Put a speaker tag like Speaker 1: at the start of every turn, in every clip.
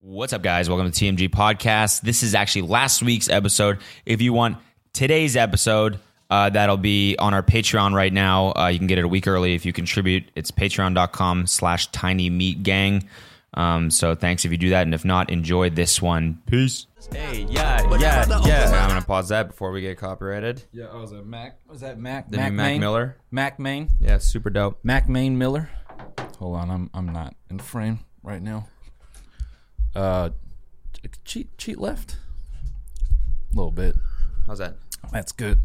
Speaker 1: What's up, guys? Welcome to TMG Podcast. This is actually last week's episode. If you want today's episode, uh, that'll be on our Patreon right now. Uh, you can get it a week early if you contribute. It's patreon.com slash tiny meat gang. Um, so thanks if you do that. And if not, enjoy this one. Peace. Hey, yeah, yeah, yeah. I'm going to pause that before we get copyrighted.
Speaker 2: Yeah, oh, was that Mac? Was that Mac?
Speaker 1: The new Mac
Speaker 2: Main?
Speaker 1: Miller.
Speaker 2: Mac Main.
Speaker 1: Yeah, super dope.
Speaker 2: Mac Main Miller. Hold on, I'm I'm not in frame right now. Uh, cheat cheat left. A little bit.
Speaker 1: How's that?
Speaker 2: That's good.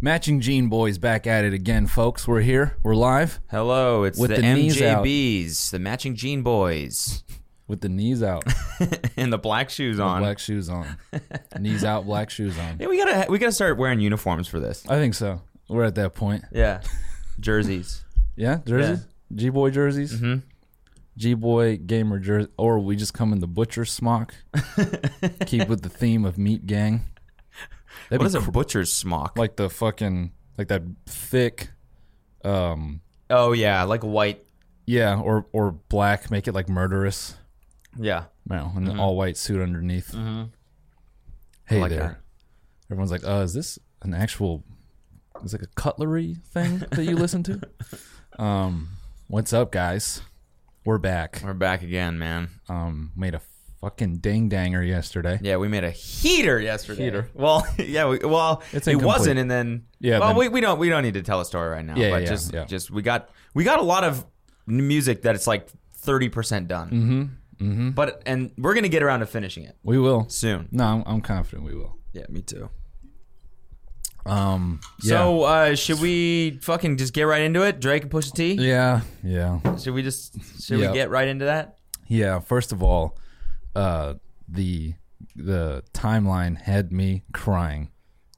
Speaker 2: Matching Gene Boys back at it again, folks. We're here. We're live
Speaker 1: Hello, it's
Speaker 2: With
Speaker 1: the,
Speaker 2: the knees out.
Speaker 1: MJBs, the matching Gene Boys,
Speaker 2: with the knees out,
Speaker 1: and the black shoes on.
Speaker 2: black shoes on, knees out, black shoes on.
Speaker 1: Yeah, we gotta we gotta start wearing uniforms for this.
Speaker 2: I think so. We're at that point.
Speaker 1: Yeah, jerseys.
Speaker 2: Yeah, jerseys, G boy jerseys,
Speaker 1: Mhm.
Speaker 2: G boy gamer jersey, or we just come in the butcher smock. Keep with the theme of meat gang.
Speaker 1: What
Speaker 2: That'd be
Speaker 1: is a
Speaker 2: cr-
Speaker 1: butcher's smock?
Speaker 2: like the fucking like that thick, um,
Speaker 1: oh yeah, like white.
Speaker 2: yeah, or or black. Make it like murderous.
Speaker 1: Yeah,
Speaker 2: No, and an all white suit underneath. Hey
Speaker 1: Mm-hmm. like
Speaker 2: there.
Speaker 1: that.
Speaker 2: Everyone's like, uh, is this an actual? Is it like a cutlery thing that you listen to? Um, what's up, guys? We're back.
Speaker 1: we're back again, man.
Speaker 2: um, made a fucking ding danger yesterday.
Speaker 1: Yeah, we made a heater yesterday.
Speaker 2: Heater.
Speaker 1: Well, yeah. We, well,
Speaker 2: It's
Speaker 1: it
Speaker 2: incomplete.
Speaker 1: wasn't, and then
Speaker 2: Yeah,
Speaker 1: Well,
Speaker 2: then-
Speaker 1: we, we don't we don't need to tell a story right now.
Speaker 2: Yeah,
Speaker 1: but
Speaker 2: yeah,
Speaker 1: just
Speaker 2: yeah.
Speaker 1: just we got we got a lot of n- music that it's like thirty percent done. Mm-hmm. Mm-hmm. But and we're gonna get around to finishing it
Speaker 2: We will.
Speaker 1: soon.
Speaker 2: No, I'm, I'm confident we will.
Speaker 1: Yeah, me too.
Speaker 2: Um,
Speaker 1: So uh, should we fucking just get right into it? Drake and Pusha T.
Speaker 2: yeah, yeah, yeah,
Speaker 1: Should we just should
Speaker 2: Yeah.
Speaker 1: we get right into that?
Speaker 2: yeah. First of all, uh, the the timeline had me crying.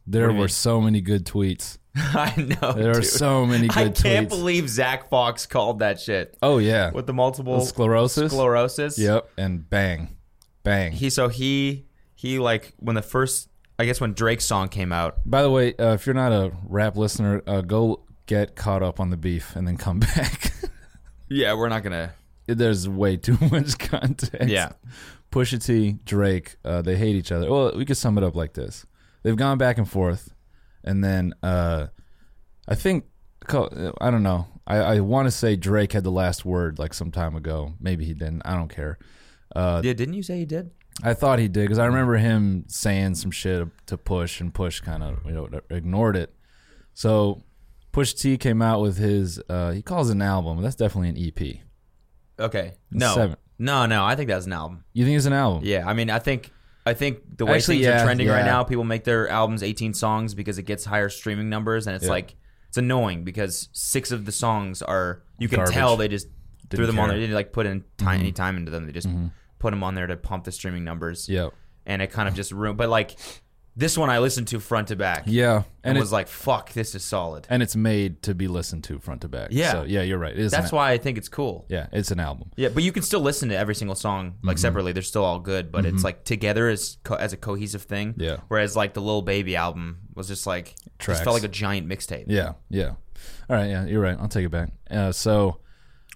Speaker 2: There
Speaker 1: do you
Speaker 2: were
Speaker 1: mean?
Speaker 2: so many good tweets.
Speaker 1: I know.
Speaker 2: There are
Speaker 1: dude.
Speaker 2: so many good
Speaker 1: I can't
Speaker 2: tweets.
Speaker 1: believe Zach Fox called that shit
Speaker 2: oh yeah,
Speaker 1: with the multiple
Speaker 2: sclerosis.
Speaker 1: sclerosis.
Speaker 2: Yep, and bang, bang.
Speaker 1: He so he he like when the first I guess when Drake's song came out.
Speaker 2: By the way, uh, if you're not a rap listener, uh, go get caught up on the beef and then come back.
Speaker 1: Yeah, we're not gonna.
Speaker 2: There's way too much context.
Speaker 1: Yeah.
Speaker 2: Pusha T, Drake, uh, they hate each other. Well, we could sum it up like this: they've gone back and forth, and then uh, I think uh, I don't know. I, I want to say Drake had the last word like some time ago. Maybe he didn't. I don't care.
Speaker 1: yeah, didn't you say he did?
Speaker 2: I thought he did because I remember him saying some shit to Push, and Push kind of you know ignored it. So Push T came out with his uh, he calls it an album. That's definitely an E EP.
Speaker 1: Okay. No.
Speaker 2: Seven.
Speaker 1: No, no. I think that's an album.
Speaker 2: You think it's an album?
Speaker 1: Yeah. I mean, I think I think the way
Speaker 2: Actually,
Speaker 1: things
Speaker 2: yeah,
Speaker 1: are trending right
Speaker 2: yeah.
Speaker 1: now, people make their albums 18 songs because it gets higher streaming numbers, and it's like it's annoying because six of the songs are you can
Speaker 2: Garbage.
Speaker 1: tell they just threw them on
Speaker 2: care. Mm-hmm.
Speaker 1: there. They didn't like put in time, any time into them. They just put them on there to pump the streaming numbers.
Speaker 2: Yeah.
Speaker 1: And it kind of just ruined. But like this one, I listened to front to back.
Speaker 2: Yeah.
Speaker 1: And,
Speaker 2: And it's
Speaker 1: was like, fuck, this is solid.
Speaker 2: and it's made to be listened to front to back.
Speaker 1: Yeah.
Speaker 2: So yeah, you're right. It is
Speaker 1: That's
Speaker 2: an,
Speaker 1: why I think it's cool.
Speaker 2: Yeah, it's an album.
Speaker 1: Yeah, but you can still listen to every single song
Speaker 2: Mm-hmm.
Speaker 1: like separately. They're still all good, but it's like together as co- as a cohesive thing.
Speaker 2: Yeah.
Speaker 1: Whereas like the Lil Baby album was just like just
Speaker 2: Tracks.
Speaker 1: felt like a giant mixtape,
Speaker 2: Yeah. Yeah. All right. Yeah, you're right. I'll take it back. Uh, so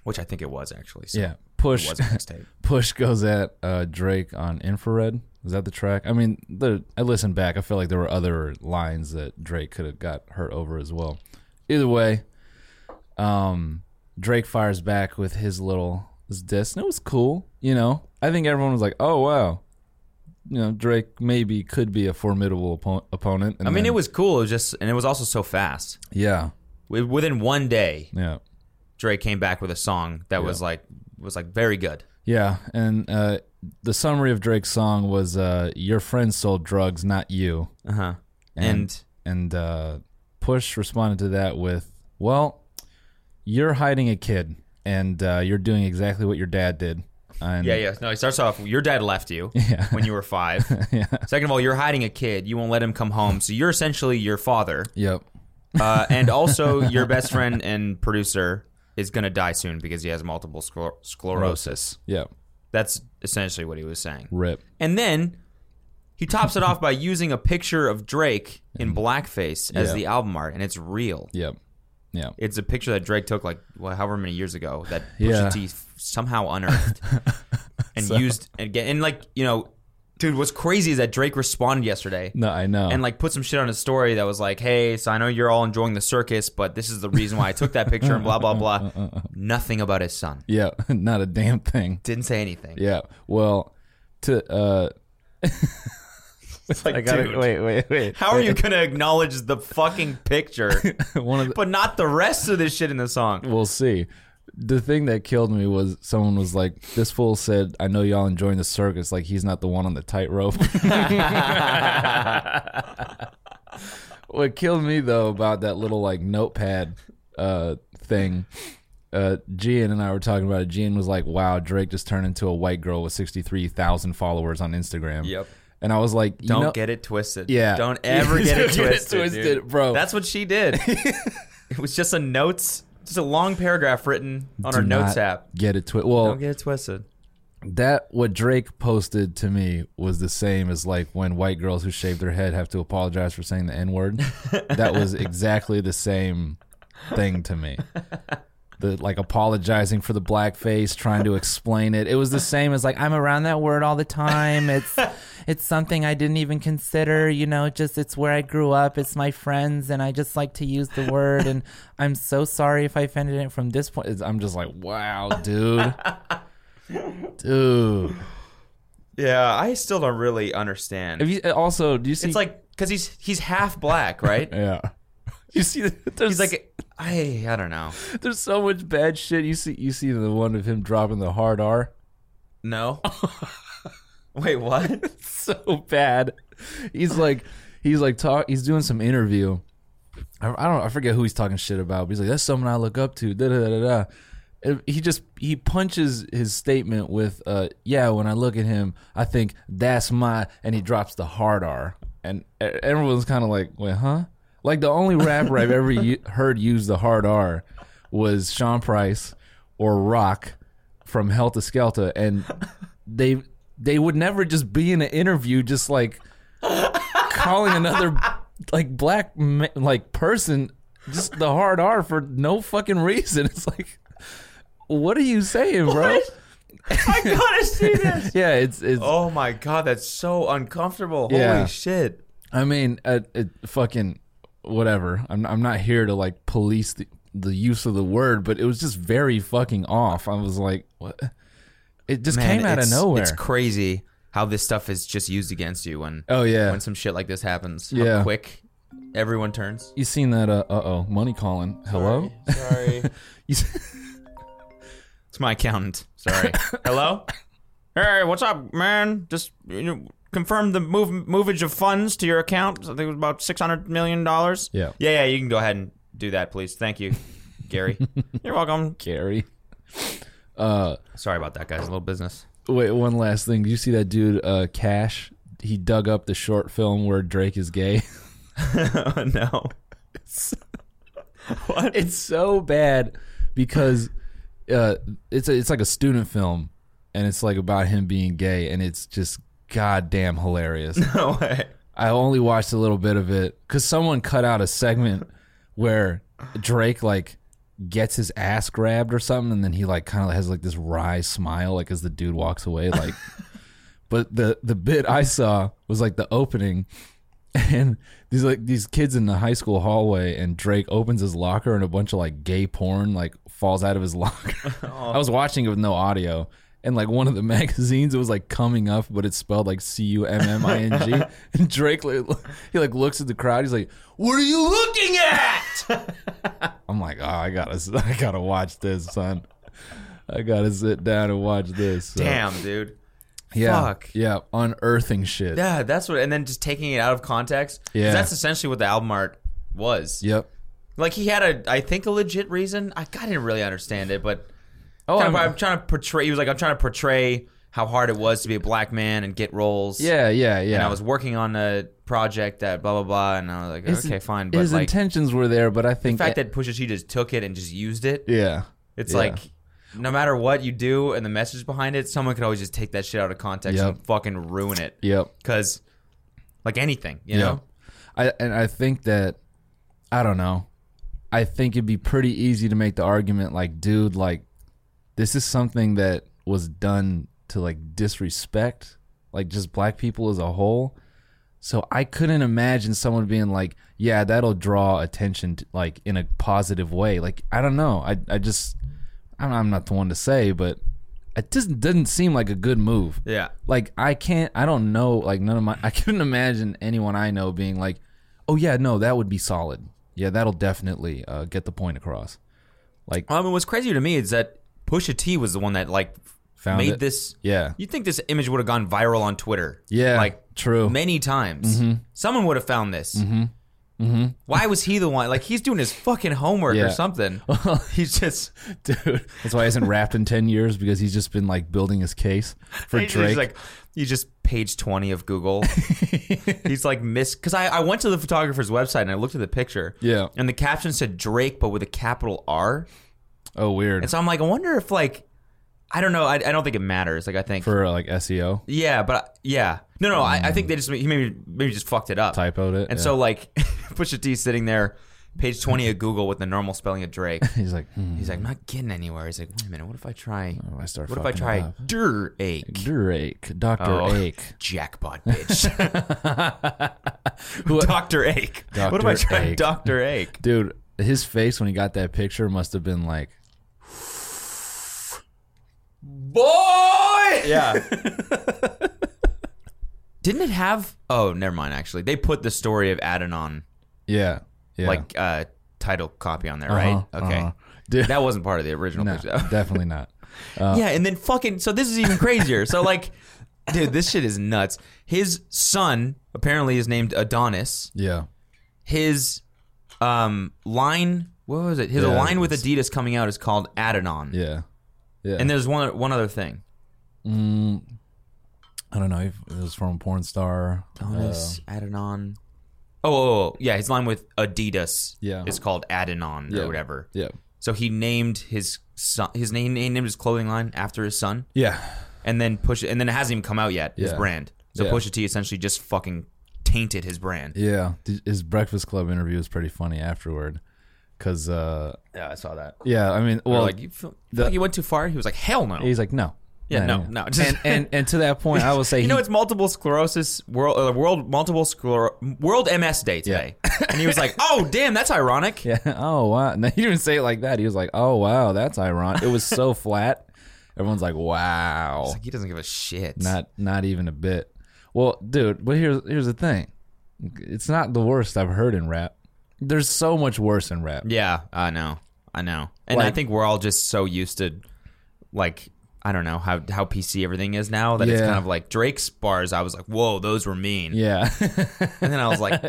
Speaker 1: which I think it was actually. So
Speaker 2: yeah, Push
Speaker 1: It was a mixtape.
Speaker 2: Push goes at uh, Drake on Infrared. Is that the track? I mean, the I listened back. I feel like there were other lines that Drake could have got hurt over as well. Either way, um, Drake fires back with his little his diss, and it was cool. You know, I think everyone was like, "Oh wow." You know, Drake maybe could be a formidable oppo- opponent. And
Speaker 1: I mean,
Speaker 2: then-
Speaker 1: it was cool. It was just and it was also so fast.
Speaker 2: yeah,
Speaker 1: Wi- Within one day,
Speaker 2: yeah.
Speaker 1: Drake came back with a song that was like was like very good.
Speaker 2: Yeah, and uh, the summary of Drake's song was uh, "Your friends sold drugs, not you."
Speaker 1: Uh huh. And,
Speaker 2: Uh-huh. And uh, Push responded to that with, "Well, you're hiding a kid, and uh, you're doing exactly what your dad did." And,
Speaker 1: yeah, yeah. No, he starts off. Your dad left you when you were five. Second of all, you're hiding a kid. You won't let him come home, so you're essentially your father.
Speaker 2: Yep.
Speaker 1: uh, and also your best friend and producer is gonna die soon because he has multiple scler- sclerosis.
Speaker 2: Yep.
Speaker 1: That's essentially what he was saying.
Speaker 2: Rip.
Speaker 1: And then he tops it off by using a picture of Drake in blackface as
Speaker 2: Yeah.
Speaker 1: the album art, and it's real.
Speaker 2: Yep. Yep.
Speaker 1: It's a picture that Drake took like well, however many years ago that Pusha
Speaker 2: Yeah.
Speaker 1: T f- somehow unearthed, and used and get and like you know, dude, what's crazy is that Drake responded yesterday
Speaker 2: No, I know.
Speaker 1: and like put some shit on his story that was like, "Hey, so I know you're all enjoying the circus, but this is the reason why I took that picture and blah blah blah." Nothing about his son.
Speaker 2: yeah, not a damn thing.
Speaker 1: Didn't say anything.
Speaker 2: Yeah. Well, to uh,
Speaker 1: It's like,
Speaker 2: I gotta
Speaker 1: dude,
Speaker 2: wait, wait, wait.
Speaker 1: how are you gonna acknowledge the fucking picture,
Speaker 2: One of the,
Speaker 1: but not the rest of this shit in the song?
Speaker 2: we'll see. The thing that killed me was someone was like, "This fool said, I know y'all enjoying the circus. Like he's not the one on the tightrope." what killed me though about that little like notepad uh, thing, uh, Gian and I were talking about it. Gian was like, "Wow, Drake just turned into a white girl with sixty three thousand followers on Instagram."
Speaker 1: Yep.
Speaker 2: And I was like, you
Speaker 1: Don't
Speaker 2: know-
Speaker 1: get it twisted.
Speaker 2: Yeah.
Speaker 1: Don't ever get it
Speaker 2: Don't get it
Speaker 1: twisted, dude.
Speaker 2: twisted, bro.
Speaker 1: That's what she did. it was just a notes, just a long paragraph written on her
Speaker 2: do not
Speaker 1: notes app.
Speaker 2: Get it twi- Well,
Speaker 1: Don't get it twisted.
Speaker 2: that what Drake posted to me was the same as like when white girls who shave their head have to apologize for saying the N word. that was exactly the same thing to me. The like apologizing for the blackface, trying to explain it. It was the same as like I'm around that word all the time. It's
Speaker 3: it's something I didn't even consider, you know, just it's where I grew up, it's my friends, and I just like to use the word. And I'm so sorry if I offended it from this point.
Speaker 2: it's- I'm just like wow, dude, dude.
Speaker 1: Yeah, I still don't really understand.
Speaker 2: Have you uh, also do you see?
Speaker 1: It's like because he's he's half black, right?
Speaker 2: yeah. You see, there's
Speaker 1: He's like I I don't know.
Speaker 2: There's so much bad shit. You see, you see the one of him dropping the hard R.
Speaker 1: No. Wait, what?
Speaker 2: So bad. He's like, he's like talk. He's doing some interview. I, I don't. I forget who he's talking shit about. But he's like, that's someone I look up to. Da da da da. da. And He just he punches his statement with, uh, yeah. When I look at him, I think that's my. And he drops the hard R. And e- everyone's kind of like, wait, huh? Like the only rapper I've ever u- heard use the hard R was Sean Price or Rock from Hell to Skelta, and they they would never just be in an interview just like calling another like black ma- like person just the hard R for no fucking reason. It's like, what are you saying, bro?
Speaker 1: I gotta see this.
Speaker 2: Yeah, it's it's.
Speaker 1: Oh my god, that's so uncomfortable.
Speaker 2: Yeah.
Speaker 1: Holy shit.
Speaker 2: I mean, uh it fucking whatever. I'm I'm not here to like police the the use of the word, but it was just very fucking off. I was like, what? It just
Speaker 1: Man,
Speaker 2: came out of
Speaker 1: it's-
Speaker 2: nowhere.
Speaker 1: It's crazy how this stuff is just used against you when
Speaker 2: oh yeah,
Speaker 1: when some shit like this happens. How
Speaker 2: Yeah.
Speaker 1: quick everyone turns.
Speaker 2: You seen that? Uh oh, money calling. Hello.
Speaker 1: Sorry.
Speaker 2: You s-
Speaker 1: it's my accountant. Sorry. Hello? Hey, what's up, man? Just you know, confirm the move movage of funds to your account. I think it was about six hundred million dollars.
Speaker 2: Yeah.
Speaker 1: Yeah, yeah, you can go ahead and do that, please. Thank you, Gary. You're welcome.
Speaker 2: Gary. Uh,
Speaker 1: Sorry about that, guys. A little business.
Speaker 2: wait. One last thing. Did you see that dude? Uh, Cash. He dug up the short film where Drake is gay.
Speaker 1: no.
Speaker 2: What? It's so bad because uh, it's a, it's like a student film, and it's like about him being gay, and it's just goddamn hilarious.
Speaker 1: No way.
Speaker 2: I only watched a little bit of it because someone cut out a segment where Drake like gets his ass grabbed or something, and then he like kind of has like this wry smile, like as the dude walks away, like. but the the bit I saw was like the opening, and these like these kids in the high school hallway, and Drake opens his locker, and a bunch of like gay porn like falls out of his locker. I was watching it with no audio. And like one of the magazines, it was like coming up, but it's spelled like C U M M I N G. And Drake, like, he like looks at the crowd. He's like, "What are you looking at?" I'm like, "Oh, I gotta, I gotta watch this, son. I gotta sit down and watch this." So,
Speaker 1: Damn, dude.
Speaker 2: yeah,
Speaker 1: fuck.
Speaker 2: yeah, unearthing shit.
Speaker 1: Yeah, that's what. And then just taking it out of context. 'Cause
Speaker 2: Yeah.
Speaker 1: That's essentially what the album art was.
Speaker 2: Yep.
Speaker 1: Like he had a, I think a legit reason. I, I didn't really understand it, but
Speaker 2: Oh,
Speaker 1: Kind of-
Speaker 2: I'm-
Speaker 1: I'm trying to portray. He was like, I'm trying to portray how hard it was to be a black man and get roles.
Speaker 2: yeah, yeah, yeah.
Speaker 1: And I was working on a project that blah blah blah, and I was like,
Speaker 2: His-
Speaker 1: okay, fine. But
Speaker 2: his
Speaker 1: like
Speaker 2: intentions were there, but
Speaker 1: the
Speaker 2: I think
Speaker 1: fact that Pusha T just took it and just used it,
Speaker 2: yeah,
Speaker 1: it's
Speaker 2: yeah.
Speaker 1: like no matter what you do and the message behind it, someone could always just take that shit out of context
Speaker 2: Yep.
Speaker 1: and fucking ruin it.
Speaker 2: yep.
Speaker 1: Because like anything, you
Speaker 2: Yeah.
Speaker 1: know.
Speaker 2: I and I think that I don't know. I think it'd be pretty easy to make the argument like, dude, like this is something that was done to like disrespect like just black people as a whole. So I couldn't imagine someone being like, "Yeah, that'll draw attention to, like in a positive way." Like I don't know. I I just I'm- I'm not the one to say, but it just doesn't seem like a good move.
Speaker 1: Yeah.
Speaker 2: Like I can't. I don't know. Like none of my. I couldn't imagine anyone I know being like, "Oh yeah, no, that would be solid. Yeah, that'll definitely uh, get the point across." Like
Speaker 1: I mean, what's crazy to me is that Pusha T was the one that like
Speaker 2: Found
Speaker 1: made
Speaker 2: it.
Speaker 1: this.
Speaker 2: Yeah.
Speaker 1: You think this image would have gone viral on Twitter?
Speaker 2: Yeah,
Speaker 1: like
Speaker 2: true.
Speaker 1: many times.
Speaker 2: Mm-hmm.
Speaker 1: Someone would have found this. Mm-hmm. Why was he the one? Like he's doing his fucking homework
Speaker 2: Yeah.
Speaker 1: or something. he's just
Speaker 2: dude, that's why he hasn't rapped in ten years because he's just been like building his case for
Speaker 1: he's
Speaker 2: Drake.
Speaker 1: Just like you just page twenty of Google. he's like miss because I, I went to the photographer's website and I looked at the picture.
Speaker 2: Yeah.
Speaker 1: and the caption said Drake, but with a capital R.
Speaker 2: oh, weird.
Speaker 1: And so I'm like, I wonder if like, I don't know. I, I don't think it matters. Like I think
Speaker 2: for uh, like SEO,
Speaker 1: Yeah, but I- yeah, no, no. I, I think they just he maybe maybe just fucked it up,
Speaker 2: typoed it.
Speaker 1: and
Speaker 2: yeah.
Speaker 1: so like Pusha T sitting there, page twenty of Google with the normal spelling of Drake.
Speaker 2: he's like, hmm,
Speaker 1: He's like, I'm not getting anywhere. He's like, wait a minute, what if I try?
Speaker 2: I start
Speaker 1: What if I
Speaker 2: Oh, fucking it
Speaker 1: try
Speaker 2: up.
Speaker 1: Drake?
Speaker 2: Drake, Doctor
Speaker 1: Oh.
Speaker 2: Ake,
Speaker 1: Jackpot, bitch. Doctor Ake. What if I
Speaker 2: Dr.
Speaker 1: try
Speaker 2: Ake.
Speaker 1: Doctor Ake?
Speaker 2: dude. His face when he got that picture must have been like,
Speaker 1: Boy. Yeah. Didn't it have? Oh, never mind. Actually, they put the story of Adenon
Speaker 2: yeah, yeah,
Speaker 1: like uh, title copy on there,
Speaker 2: Uh-huh,
Speaker 1: right? Okay.
Speaker 2: uh-huh. Dude,
Speaker 1: That wasn't part of the original
Speaker 2: no,
Speaker 1: picture. though.
Speaker 2: definitely not. Uh,
Speaker 1: yeah, and then fucking so this is even crazier. so like, dude, this shit is nuts. His son apparently is named Adonis.
Speaker 2: Yeah,
Speaker 1: His um line, what was it? His
Speaker 2: Yeah,
Speaker 1: line with Adidas coming out is called Adonon.
Speaker 2: yeah, yeah.
Speaker 1: And there's one one other thing.
Speaker 2: mm, I don't know if it was from a porn star.
Speaker 1: Adonis, Adonon. Oh, oh, oh, yeah, his line with Adidas
Speaker 2: Yeah.
Speaker 1: is called Adonon
Speaker 2: Yeah.
Speaker 1: or whatever.
Speaker 2: Yeah,
Speaker 1: So he named his son his name he named his clothing line after his son.
Speaker 2: yeah.
Speaker 1: and then push and then it hasn't even come out yet his
Speaker 2: Yeah.
Speaker 1: brand so
Speaker 2: Yeah.
Speaker 1: Pusha T essentially just fucking tainted his brand
Speaker 2: Yeah, th- his Breakfast Club interview was pretty funny afterward, cause uh,
Speaker 1: yeah I saw that
Speaker 2: yeah, I mean, well,
Speaker 1: well like you feel, feel like you went too far he was like hell no
Speaker 2: he's like, no,
Speaker 1: yeah no no
Speaker 2: and and and to that point, I will say,
Speaker 1: you
Speaker 2: he,
Speaker 1: know it's multiple sclerosis world uh, world multiple scler- world MS day today and he was like oh damn that's ironic
Speaker 2: yeah, oh wow, no, he didn't say it like that. He was like, oh wow, that's ironic. It was so flat. Everyone's like, wow,
Speaker 1: Like, he doesn't give a shit
Speaker 2: not not even a bit. Well, dude, but here's here's the thing, it's not the worst I've heard in rap. There's so much worse in rap.
Speaker 1: yeah I know I know and I
Speaker 2: Like-
Speaker 1: think we're all just so used to like I don't know how how PC everything is now that it's
Speaker 2: Yeah.
Speaker 1: kind of like Drake's bars I was like whoa those were mean
Speaker 2: Yeah,
Speaker 1: And then I was like,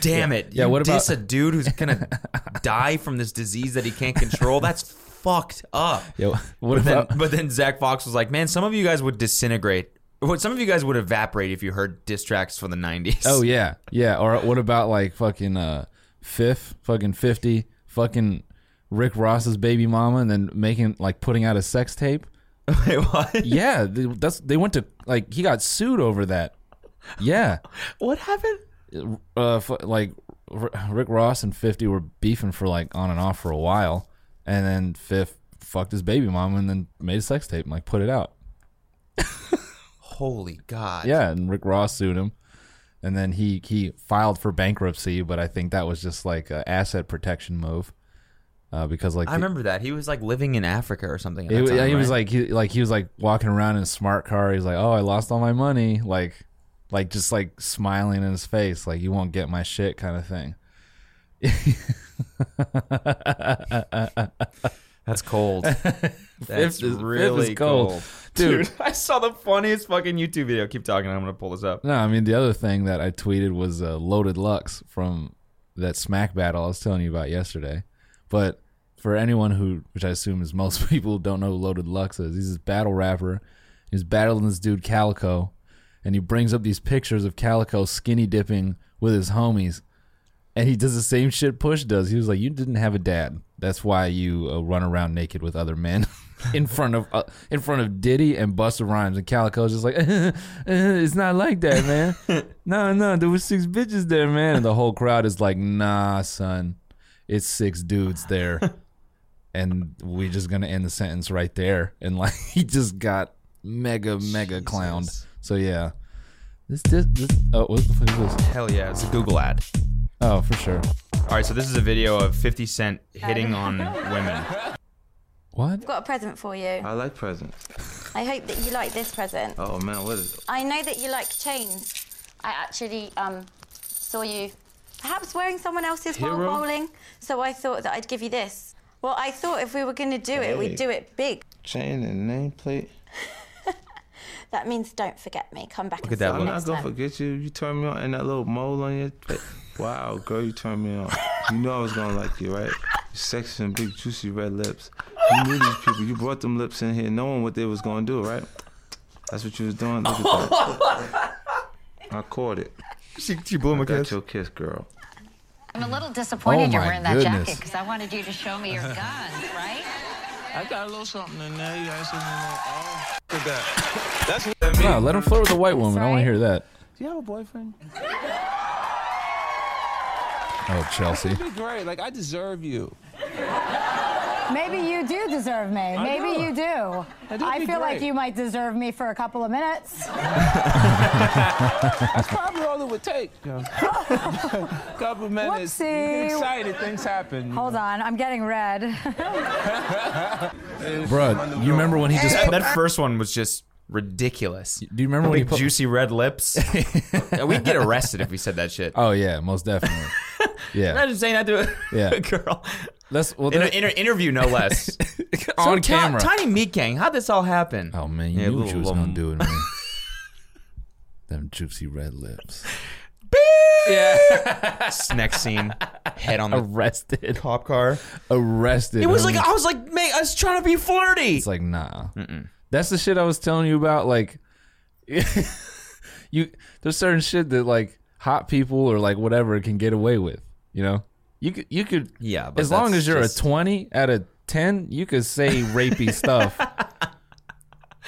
Speaker 1: damn it.
Speaker 2: Yeah,
Speaker 1: you
Speaker 2: what about-
Speaker 1: diss a dude who's going to die from this disease that he can't control? That's fucked up.
Speaker 2: yeah. What
Speaker 1: But then,
Speaker 2: about?
Speaker 1: but then Zach Fox was like, man, some of you guys would disintegrate. What Some of you guys would evaporate if you heard diss tracks from the 90s.
Speaker 2: Oh yeah, yeah. Or what about like fucking uh, fifth, fucking fifty, fucking Rick Ross's baby mama, and then making like putting out a sex tape.
Speaker 1: Wait, what?
Speaker 2: Yeah, they, that's they went to like he got sued over that. Yeah,
Speaker 1: What happened?
Speaker 2: uh, fu- like R- Rick Ross and Fifty were beefing for like on and off for a while, and then Fifth fucked his baby mama and then made a sex tape and like put it out.
Speaker 1: Holy God.
Speaker 2: Yeah, and Rick Ross sued him, and then he he filed for bankruptcy, but I think that was just like an asset protection move, uh, because like
Speaker 1: I remember that. He was like living in Africa or something. at
Speaker 2: he,
Speaker 1: that time,
Speaker 2: he was
Speaker 1: right?
Speaker 2: like he like he was like walking around in a smart car. He's like, oh, I lost all my money, like like just like smiling in his face, like you won't get my shit kind of thing.
Speaker 1: That's cold. That's
Speaker 2: is- fifth
Speaker 1: really
Speaker 2: is
Speaker 1: cold.
Speaker 2: cold.
Speaker 1: Dude.
Speaker 2: Dude.
Speaker 1: I saw the funniest fucking YouTube video. Keep talking. I'm going to pull this up.
Speaker 2: No, I mean the other thing that I tweeted was uh, loaded Lux from that smack battle I was telling you about yesterday. But for anyone who, which I assume is most people, who don't know who loaded Lux is, he's this battle rapper. He's battling this dude Calico, and he brings up these pictures of Calico skinny dipping with his homies, and he does the same shit Push does. He was like, "You didn't have a dad. That's why you uh, run around naked with other men." In front of uh, in front of Diddy and Busta Rhymes and Calico's just like "Uh, it's not like that man no no there was six bitches there man and the whole crowd is like nah son it's six dudes there and we're just gonna end the sentence right there and like he just got mega mega clown.
Speaker 1: Jesus.
Speaker 2: So yeah, this this, this oh what the fuck is this?
Speaker 1: Hell yeah, it's a Google ad.
Speaker 2: Oh for sure.
Speaker 1: All right, so this is a video of 50 Cent hitting on women.
Speaker 2: What?
Speaker 4: I've got a present for you.
Speaker 5: I like presents.
Speaker 4: I hope that you like this present.
Speaker 5: Oh man, what is it?
Speaker 4: I know that you like chains. I actually um, saw you perhaps wearing someone else's
Speaker 5: Hero?
Speaker 4: while bowling, so I thought that I'd give you this. Well, I thought if we were going to do it,
Speaker 5: Hey.
Speaker 4: we'd do it big.
Speaker 5: Chain and nameplate.
Speaker 4: That means don't forget me. Come back. Look
Speaker 1: at that
Speaker 5: I'm
Speaker 1: look.
Speaker 5: not gonna forget you. You turned me on, and that little mole on your. fa- Wow, girl, you turned me on. You know I was gonna like you, right? You sexy and big, juicy red lips. You knew these people. You brought them lips in here, knowing what they was gonna do, right? That's what you was doing. Look at that. I caught it.
Speaker 1: She, she blew him a
Speaker 5: Got your kiss, girl.
Speaker 6: I'm a little disappointed
Speaker 2: Oh,
Speaker 6: you're
Speaker 2: my
Speaker 6: wearing that
Speaker 2: goodness.
Speaker 6: jacket because I wanted you to show me your guns, right?
Speaker 5: I got a little something in there. You got something in there. Oh, look at that.
Speaker 2: No, let him flirt with a white woman. I want to hear that.
Speaker 5: Do you have a boyfriend?
Speaker 2: Oh Chelsea.
Speaker 5: You're great. Like I deserve you.
Speaker 7: Maybe you do deserve me. Maybe
Speaker 5: know.
Speaker 7: you do.
Speaker 5: That'd be
Speaker 7: I feel like
Speaker 5: great.
Speaker 7: you might deserve me for a couple of minutes.
Speaker 5: Probably all it would take. Couple minutes. You get
Speaker 7: Whoopsie.
Speaker 5: excited, things happen.
Speaker 7: Hold on, I'm getting red.
Speaker 2: Bruh, you remember when he just?
Speaker 1: That,
Speaker 2: pu-
Speaker 1: that first one was just ridiculous.
Speaker 2: do you remember when he
Speaker 1: Big
Speaker 2: put?
Speaker 1: juicy red lips. Yeah, We'd get arrested if we said that shit.
Speaker 2: Oh yeah, most definitely. Yeah,
Speaker 1: Imagine saying that to a,
Speaker 2: Yeah.
Speaker 1: a girl
Speaker 2: that's well.
Speaker 1: in an
Speaker 2: that-
Speaker 1: inter- interview, no less.
Speaker 2: on
Speaker 1: So, Ti-
Speaker 2: camera.
Speaker 1: Tiny Meat Gang, how'd this all happen?
Speaker 2: Oh man, you
Speaker 1: Yeah,
Speaker 2: knew what
Speaker 1: little-
Speaker 2: you was
Speaker 1: little-
Speaker 2: gonna do it, man. Them juicy red lips.
Speaker 1: Next scene, head on the
Speaker 2: Arrested.
Speaker 1: cop car.
Speaker 2: Arrested.
Speaker 1: It was like
Speaker 2: homie.
Speaker 1: I was like, mate, I was trying to be flirty.
Speaker 2: It's like nah. That's the shit I was telling you about. Like, you there's certain shit that like hot people or like whatever can get away with. You know, you could you could
Speaker 1: Yeah, but
Speaker 2: As long
Speaker 1: that's
Speaker 2: as you're
Speaker 1: just-
Speaker 2: a twenty out of ten, you could say rapey stuff.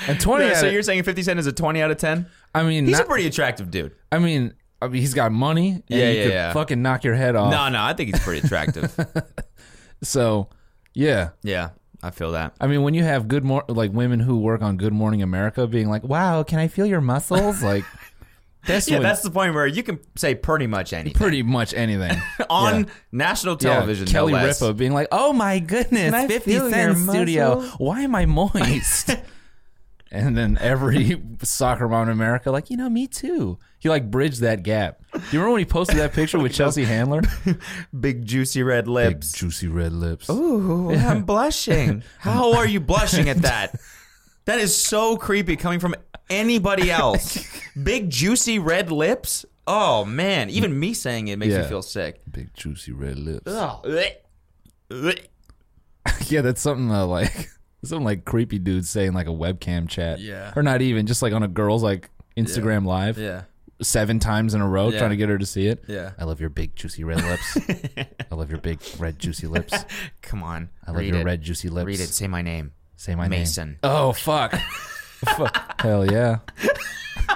Speaker 2: And twenty.
Speaker 1: Yeah,
Speaker 2: out
Speaker 1: so
Speaker 2: of-
Speaker 1: you're saying 50 Cent is a 20 out of 10?
Speaker 2: I mean,
Speaker 1: He's
Speaker 2: not,
Speaker 1: a pretty attractive dude.
Speaker 2: I mean, I mean, he's got money. And
Speaker 1: Yeah,
Speaker 2: you
Speaker 1: yeah,
Speaker 2: could
Speaker 1: yeah.
Speaker 2: Fucking knock your head off.
Speaker 1: No, no, I think he's pretty attractive.
Speaker 2: So, yeah.
Speaker 1: yeah, I feel that.
Speaker 2: I mean, when you have good mor- like women who work on Good Morning America being like, "Wow, can I feel your muscles?" like that's
Speaker 1: Yeah,
Speaker 2: when-
Speaker 1: that's the point where you can say pretty much anything
Speaker 2: pretty much anything
Speaker 1: on
Speaker 2: Yeah.
Speaker 1: national
Speaker 2: Yeah,
Speaker 1: television.
Speaker 2: Kelly
Speaker 1: no less.
Speaker 2: Ripa being like, "Oh my goodness,
Speaker 1: I
Speaker 2: Fifty
Speaker 1: feel your
Speaker 2: Cent Studio,
Speaker 1: muscles?
Speaker 2: why am I moist?" and then every soccer mom in America, like, you know, me too. He like bridged that gap. Do you remember when he posted that picture with Chelsea Handler?
Speaker 1: Big juicy red
Speaker 2: Big
Speaker 1: lips.
Speaker 2: juicy red lips.
Speaker 1: Ooh, I'm blushing. How are you blushing at that? That is so creepy coming from anybody else. Big juicy red lips. Oh man, even me saying it makes me
Speaker 2: Yeah. Oh.
Speaker 1: feel sick.
Speaker 2: Big juicy red lips.
Speaker 1: Ugh. Blech. Blech.
Speaker 2: Yeah, that's something uh, like something like creepy dudes say in like a webcam chat.
Speaker 1: Yeah.
Speaker 2: Or not even, just like on a girl's like Instagram live
Speaker 1: Yeah.
Speaker 2: seven times in a row
Speaker 1: Yeah.
Speaker 2: trying to get her to see it.
Speaker 1: Yeah.
Speaker 2: I love your big juicy red lips. I love your big red juicy lips.
Speaker 1: Come on.
Speaker 2: I love
Speaker 1: read
Speaker 2: your
Speaker 1: it.
Speaker 2: red juicy lips.
Speaker 1: Read it. Say my name.
Speaker 2: Say my
Speaker 1: Mason.
Speaker 2: name. Oh fuck. fuck. Hell yeah.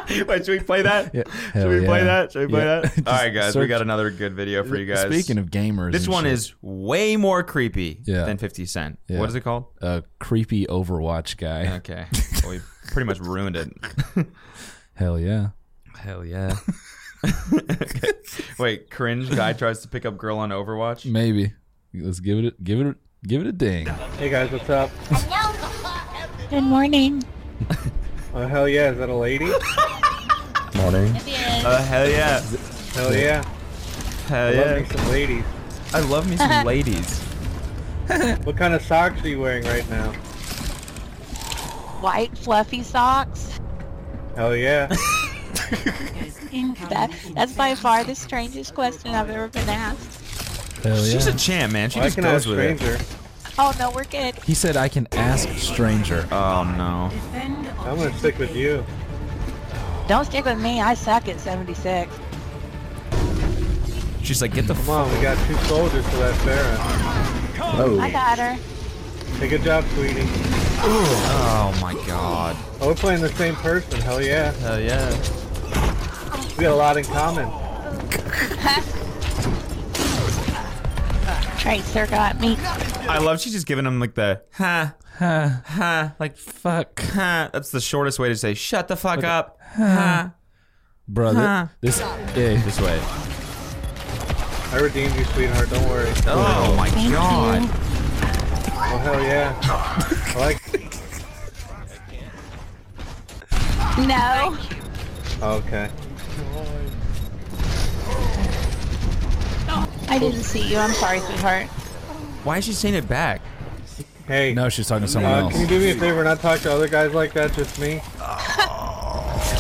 Speaker 1: Wait, should we play that?
Speaker 2: Yeah. Hell yeah. Yeah. Just
Speaker 1: All right, guys, we
Speaker 2: search-
Speaker 1: got another good video for you guys.
Speaker 2: Speaking of gamers.
Speaker 1: this
Speaker 2: and
Speaker 1: one
Speaker 2: shit,
Speaker 1: is way more creepy
Speaker 2: Yeah.
Speaker 1: than 50 Cent.
Speaker 2: Yeah.
Speaker 1: What is it called?
Speaker 2: a creepy Overwatch guy.
Speaker 1: Okay. Well, we pretty much ruined it.
Speaker 2: Hell yeah.
Speaker 1: Hell yeah. Wait, cringe guy tries to pick up girl on Overwatch?
Speaker 2: Maybe. Let's give it a, give it a, give it a ding.
Speaker 8: Hey guys, what's up?
Speaker 9: Good morning.
Speaker 8: Oh hell yeah, is that a lady?
Speaker 1: Oh, hell yeah.
Speaker 8: Hell yeah.
Speaker 1: Hell
Speaker 8: I love
Speaker 1: yeah.
Speaker 8: me some ladies.
Speaker 1: I love me some ladies.
Speaker 8: What kind of socks are you wearing right now?
Speaker 9: White fluffy socks.
Speaker 8: Hell yeah.
Speaker 9: That, that's by far the strangest question I've ever been asked.
Speaker 2: Hell yeah.
Speaker 1: She's a champ, man. She
Speaker 8: Why
Speaker 1: just
Speaker 8: can I have
Speaker 1: goes with it.
Speaker 8: stranger?
Speaker 9: Oh no, we're good.
Speaker 2: he said I can ask stranger.
Speaker 1: Oh, no.
Speaker 8: I'm gonna stick with you.
Speaker 9: Don't stick with me. I suck at 76.
Speaker 1: She's like, get the
Speaker 8: Come on, we got two soldiers for that Sarah.
Speaker 9: I got her.
Speaker 8: Hey, good job, sweetie.
Speaker 1: Oh, my God.
Speaker 8: Oh, we're playing the same person. Hell yeah.
Speaker 1: Hell yeah.
Speaker 8: We got a lot in common.
Speaker 9: Tracer got me.
Speaker 1: I love she's just giving him like the ha ha ha like
Speaker 3: Fuck.
Speaker 1: ha. That's the shortest way to say shut the fuck up.
Speaker 2: Bro, thi-
Speaker 3: Huh.
Speaker 2: this hey,
Speaker 1: This way.
Speaker 8: I redeemed you, sweetheart. Don't worry.
Speaker 1: Oh my god.
Speaker 8: Oh hell yeah. I like.
Speaker 9: No.
Speaker 8: Oh, okay.
Speaker 9: I didn't see you. I'm sorry, sweetheart.
Speaker 1: Why is she saying it back?
Speaker 8: Hey.
Speaker 2: now she's talking to someone
Speaker 8: Uh, can you
Speaker 2: else.
Speaker 8: do me a favor? Not talk to other guys like that. Just me.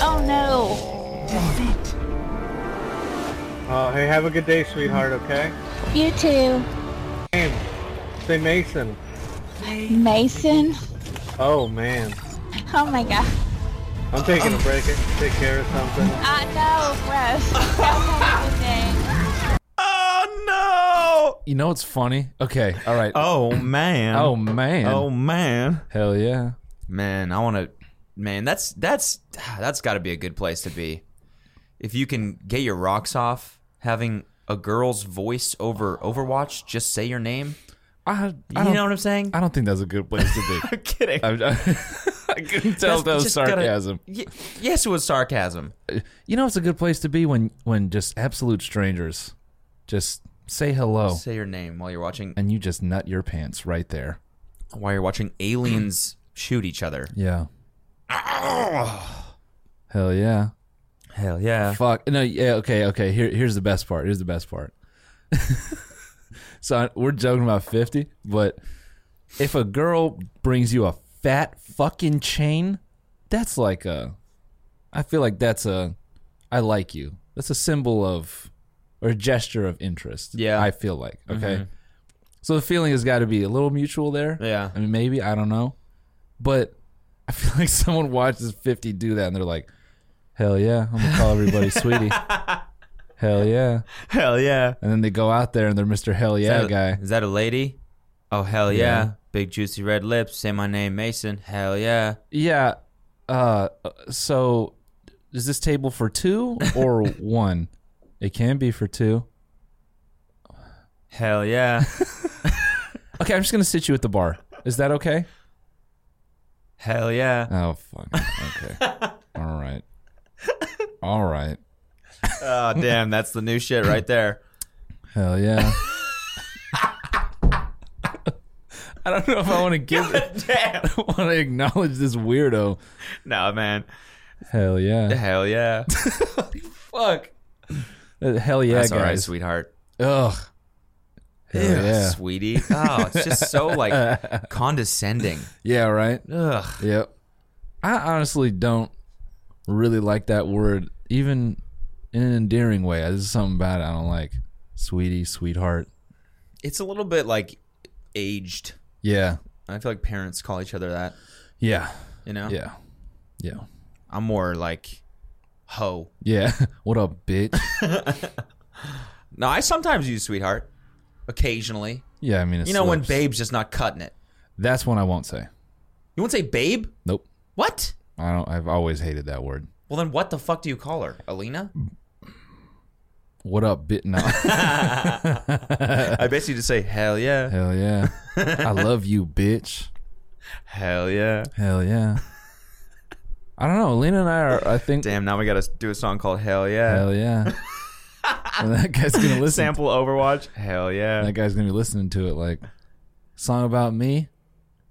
Speaker 9: Oh no.
Speaker 8: Uh, hey, have a good day, sweetheart. Okay.
Speaker 9: You too.
Speaker 8: James. Say Mason.
Speaker 9: Mason.
Speaker 8: Oh man.
Speaker 9: Oh my god.
Speaker 8: I'm taking a break. I should Take care of something.
Speaker 9: I know, gross. That
Speaker 1: Oh
Speaker 2: You know what's funny? Okay, all right.
Speaker 1: no. Oh man.
Speaker 2: Oh, man.
Speaker 1: Oh man.
Speaker 2: Hell yeah.
Speaker 1: Man, I want to. Man, that's that's that's got to be a good place to be. If you can get your rocks off, having a girl's voice over Overwatch, just say your name.
Speaker 2: I, I
Speaker 1: You
Speaker 2: don't
Speaker 1: know what I'm saying?
Speaker 2: I don't think that's a good place to be.
Speaker 1: I'm kidding.
Speaker 2: I, I, I couldn't tell
Speaker 1: That's
Speaker 2: that was
Speaker 1: just gotta-
Speaker 2: sarcasm.
Speaker 1: Y- yes, it was sarcasm.
Speaker 2: You know, it's a good place to be when when just absolute strangers just say hello
Speaker 1: Say your name while you're watching
Speaker 2: and you just nut your pants right there.
Speaker 1: while you're watching aliens shoot each other.
Speaker 2: Yeah.
Speaker 1: Ah.
Speaker 2: Hell yeah.
Speaker 1: Hell yeah.
Speaker 2: Fuck. No. Yeah. Okay. Okay. Here. Here's the best part. Here's the best part. so I- we're joking about fifty, but if a girl brings you a fat fucking chain, that's like a. I feel like that's a. I like you. That's a symbol of, or a gesture of interest.
Speaker 1: Yeah. Mm-hmm.
Speaker 2: I feel like okay. So the feeling has got to be a little mutual there.
Speaker 1: Yeah.
Speaker 2: I mean, maybe I don't know, but I feel like someone watches fifty do that and they're like, "Hell yeah, I'm gonna call everybody sweetie." Hell yeah,
Speaker 1: Hell yeah.
Speaker 2: and then they go out there and they're Mr. Hell yeah
Speaker 1: that,
Speaker 2: guy.
Speaker 1: Is that a lady? Oh hell yeah. Big juicy red lips. Say my name, Mason. Hell yeah.
Speaker 2: Yeah. Uh, so is this table for two or one? It can be for two.
Speaker 1: Hell yeah.
Speaker 2: Okay, I'm just gonna sit you at the bar. Is that okay?
Speaker 1: hell yeah.
Speaker 2: Oh fuck. Okay. All right. All right.
Speaker 1: Oh damn, that's the new shit right there.
Speaker 2: Hell yeah. I don't know if I want to give. I
Speaker 1: damn.
Speaker 2: don't want to acknowledge this weirdo.
Speaker 1: No man.
Speaker 2: Hell yeah.
Speaker 1: Hell yeah.
Speaker 2: Fuck. Uh, Hell yeah,
Speaker 1: that's all right,
Speaker 2: guys.
Speaker 1: sweetheart.
Speaker 2: Ugh. Hell yeah.
Speaker 1: Sweetie. Oh, it's just so like condescending.
Speaker 2: Yeah. Right.
Speaker 1: Ugh.
Speaker 2: Yep. I honestly don't really like that word, even in an endearing way. There's something about it I don't like. Sweetie, sweetheart.
Speaker 1: It's a little bit like aged.
Speaker 2: Yeah.
Speaker 1: I feel like parents call each other that,
Speaker 2: Yeah.
Speaker 1: you know?
Speaker 2: Yeah. Yeah.
Speaker 1: I'm more like ho.
Speaker 2: Yeah. what up, bitch?
Speaker 1: No, I sometimes use sweetheart. Occasionally.
Speaker 2: Yeah, I mean, it
Speaker 1: You know when
Speaker 2: slips.
Speaker 1: babe's just not cutting it.
Speaker 2: That's one I won't say.
Speaker 1: You won't say babe?
Speaker 2: Nope.
Speaker 1: What?
Speaker 2: I don't. I've always hated that word.
Speaker 1: Well then what the fuck do you call her? Alina?
Speaker 2: What up, bit? No.
Speaker 1: I basically just say hell yeah.
Speaker 2: Hell yeah. I love you, bitch.
Speaker 1: Hell yeah.
Speaker 2: Hell yeah. I don't know. Lena and I are. I think.
Speaker 1: Damn, now we gotta do a song called Hell Yeah.
Speaker 2: Hell yeah. and that guy's gonna listen.
Speaker 1: Sample Overwatch. Hell yeah.
Speaker 2: That guy's gonna be listening to it like, song about me.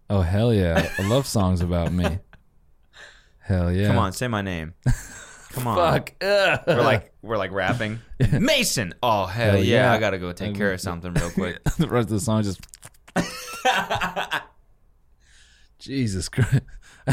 Speaker 2: Oh hell yeah! I love songs about me. Hell yeah!
Speaker 1: Come on, say my name. Come on.
Speaker 2: Fuck. Ugh.
Speaker 1: We're like we're like rapping. Mason. Oh hell,
Speaker 2: Hell
Speaker 1: yeah.
Speaker 2: yeah.
Speaker 1: I gotta go take care of something real quick.
Speaker 2: the rest of the song just Jesus Christ.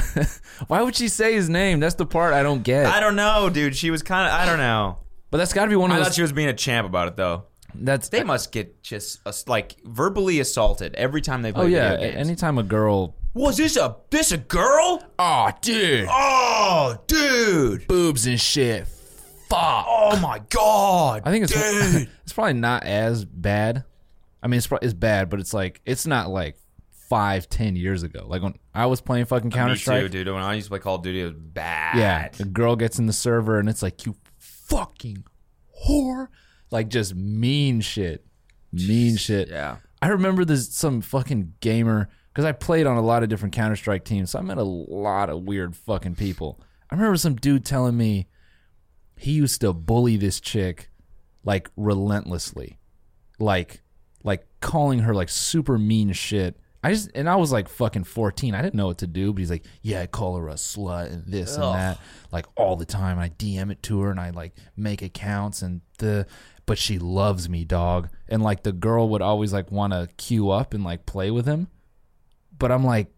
Speaker 2: Why would she say his name? That's the part I don't get.
Speaker 1: I don't know, dude. She was kind of I don't know.
Speaker 2: but that's got to be one of
Speaker 1: I
Speaker 2: those.
Speaker 1: thought she was being a champ about it though.
Speaker 2: that's
Speaker 1: They must get just ass- like verbally assaulted every time they play
Speaker 2: oh yeah.
Speaker 1: video games.
Speaker 2: Anytime a girl,
Speaker 1: Was this a this a girl?
Speaker 2: oh dude,
Speaker 1: Oh, dude.
Speaker 2: boobs and shit. Fuck.
Speaker 1: Oh my god.
Speaker 2: I think it's it's probably not as bad. I mean, it's pro- it's bad, but it's like it's not like five, ten years ago. Like when I was playing fucking Counter
Speaker 1: Me too,
Speaker 2: Strike.
Speaker 1: dude. When I used to play Call of Duty, it was bad.
Speaker 2: Yeah, the girl gets in the server and it's like you fucking whore, like just mean shit, mean shit.
Speaker 1: Yeah.
Speaker 2: I remember this some fucking gamer because I played on a lot of different Counter Strike teams, so I met a lot of weird fucking people. I remember some dude telling me he used to bully this chick like relentlessly, like like calling her like super mean shit. I just and I was like fucking fourteen. I didn't know what to do, but he's like, yeah, I call her a slut and this and that, like all the time. I DM it to her and I like make accounts and the, but she loves me, dog. And like the girl would always like want to queue up and like play with him, but I'm like,